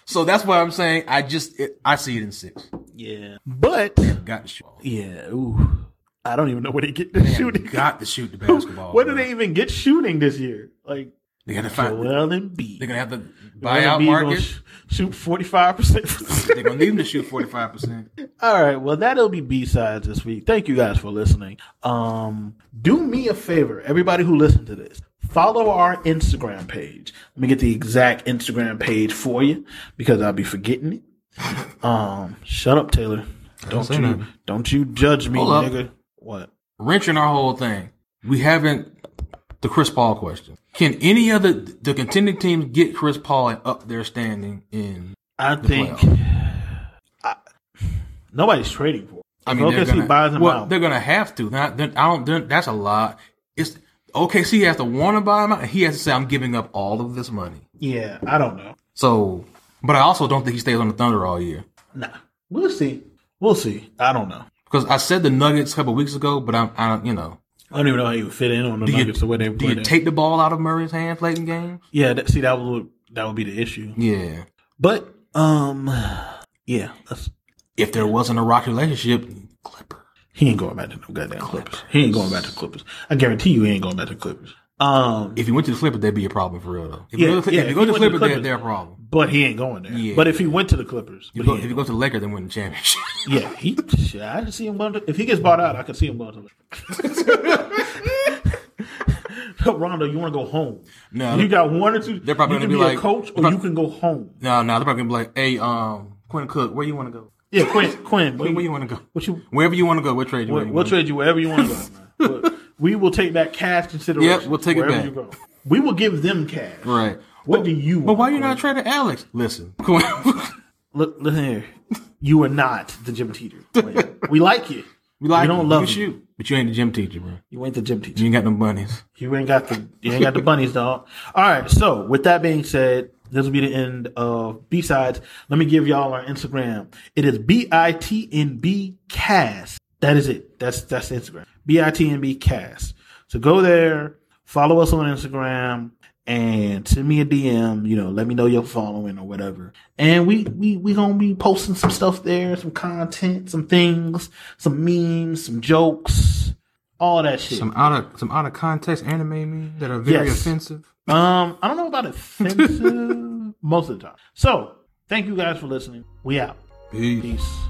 [SPEAKER 2] So that's why I'm saying I just it, I see it in six.
[SPEAKER 1] Yeah. But
[SPEAKER 2] Got to shoot.
[SPEAKER 1] yeah, ooh. I don't even know where they get the shooting.
[SPEAKER 2] Got to shoot the basketball.
[SPEAKER 1] Where do
[SPEAKER 2] bro.
[SPEAKER 1] they even get shooting this year? Like
[SPEAKER 2] They got to find.
[SPEAKER 1] Joel Embiid.
[SPEAKER 2] They're gonna have to
[SPEAKER 1] Joel
[SPEAKER 2] buy out
[SPEAKER 1] Embiid gonna
[SPEAKER 2] market.
[SPEAKER 1] sh- shoot forty five percent.
[SPEAKER 2] They're gonna need them to shoot forty five percent.
[SPEAKER 1] All right, well that'll be B sides this week. Thank you guys for listening. Um, do me a favor, everybody who listened to this, follow our Instagram page. Let me get the exact Instagram page for you because I'll be forgetting it. Um, shut up, Taylor. Don't
[SPEAKER 2] say
[SPEAKER 1] you
[SPEAKER 2] nothing.
[SPEAKER 1] don't you judge me,
[SPEAKER 2] Hold up.
[SPEAKER 1] nigga. What?
[SPEAKER 2] Wrenching our whole thing. We haven't the Chris Paul question. Can any other the contending teams get Chris Paul and up their standing in?
[SPEAKER 1] I think I, nobody's trading for. It.
[SPEAKER 2] I mean, they're
[SPEAKER 1] OKC
[SPEAKER 2] gonna,
[SPEAKER 1] buys him
[SPEAKER 2] well,
[SPEAKER 1] out.
[SPEAKER 2] they're gonna have to. They're not- they're- I don't. they're- that's a lot. It's OKC has to want to buy him out. and He has to say, "I'm giving up all of this money."
[SPEAKER 1] Yeah, I don't know.
[SPEAKER 2] So, but I also don't think he stays on the Thunder all year
[SPEAKER 1] Nah, we'll see. We'll see. I don't know.
[SPEAKER 2] because I said the Nuggets a couple weeks ago, but I'm, I don't, you know,
[SPEAKER 1] I don't even know how you would fit in on the
[SPEAKER 2] you-
[SPEAKER 1] Nuggets the way they
[SPEAKER 2] do
[SPEAKER 1] play.
[SPEAKER 2] you
[SPEAKER 1] them.
[SPEAKER 2] take the ball out of Murray's hands late in games?
[SPEAKER 1] Yeah, that, see, that would that would be the issue.
[SPEAKER 2] Yeah.
[SPEAKER 1] But um, yeah, that's,
[SPEAKER 2] If there wasn't a rocky relationship, Clipper.
[SPEAKER 1] he ain't going back to no goddamn Clippers. He ain't going back to Clippers. I guarantee you, he ain't going back to Clippers. Um,
[SPEAKER 2] If he went to the Clippers, that'd be a problem for real though. If
[SPEAKER 1] Yeah,
[SPEAKER 2] you go to,
[SPEAKER 1] yeah,
[SPEAKER 2] if
[SPEAKER 1] if
[SPEAKER 2] you go
[SPEAKER 1] he
[SPEAKER 2] to
[SPEAKER 1] went to
[SPEAKER 2] Clippers,
[SPEAKER 1] the
[SPEAKER 2] they're
[SPEAKER 1] Clippers-
[SPEAKER 2] their problem.
[SPEAKER 1] but he ain't going there.
[SPEAKER 2] Yeah.
[SPEAKER 1] But if he went to the Clippers,
[SPEAKER 2] You
[SPEAKER 1] but
[SPEAKER 2] go,
[SPEAKER 1] he
[SPEAKER 2] if
[SPEAKER 1] ain't
[SPEAKER 2] you
[SPEAKER 1] going-
[SPEAKER 2] go to the Lakers, they win the championship.
[SPEAKER 1] yeah, he. shit, I can see him going. To, if he gets bought out, I can see him going to. the- Rondo, you want to go home?
[SPEAKER 2] no,
[SPEAKER 1] You got one or two. They're
[SPEAKER 2] probably
[SPEAKER 1] you can
[SPEAKER 2] gonna be
[SPEAKER 1] a
[SPEAKER 2] like-
[SPEAKER 1] coach, or you can go home.
[SPEAKER 2] No, no, they're probably gonna be like, "Hey, um, Quinn Cook, where you want to go?
[SPEAKER 1] Yeah, Quinn, Quinn,
[SPEAKER 2] Where,
[SPEAKER 1] what
[SPEAKER 2] you
[SPEAKER 1] you,
[SPEAKER 2] want to go?
[SPEAKER 1] what you
[SPEAKER 2] Wherever you want to go, we'll trade you. where you
[SPEAKER 1] We'll
[SPEAKER 2] wanna
[SPEAKER 1] trade you wherever you want to go. man. But we will take that cash consideration.
[SPEAKER 2] Yep, we'll take it
[SPEAKER 1] wherever
[SPEAKER 2] back.
[SPEAKER 1] You go. We will give them cash.
[SPEAKER 2] go. right?
[SPEAKER 1] What do you?
[SPEAKER 2] But why you not trading Alex? Listen, Quinn.
[SPEAKER 1] Look, listen here. You are not the gym teacher. we like you.
[SPEAKER 2] we like
[SPEAKER 1] We don't
[SPEAKER 2] you.
[SPEAKER 1] love
[SPEAKER 2] you.
[SPEAKER 1] you.
[SPEAKER 2] shoot, but you ain't the gym teacher, bro.
[SPEAKER 1] You ain't the gym teacher.
[SPEAKER 2] You ain't got no bunnies.
[SPEAKER 1] You ain't got the you ain't got the bunnies, dog. All right. So with that being said, this will be the end of B sides. Let me give y'all our Instagram. It is B I T N B cast. That is it. That's that's Instagram. B I T N B cast. So go there, follow us on Instagram, and send me a DM. You know, let me know you're following or whatever. And we we we gonna be posting some stuff there, some content, some things, some memes, some jokes all that shit.
[SPEAKER 2] Some out of some out of context anime memes that are very
[SPEAKER 1] Yes.
[SPEAKER 2] offensive.
[SPEAKER 1] Um, I don't know about offensive most of the time. So, thank you guys for listening. We out.
[SPEAKER 2] Peace.
[SPEAKER 1] Peace.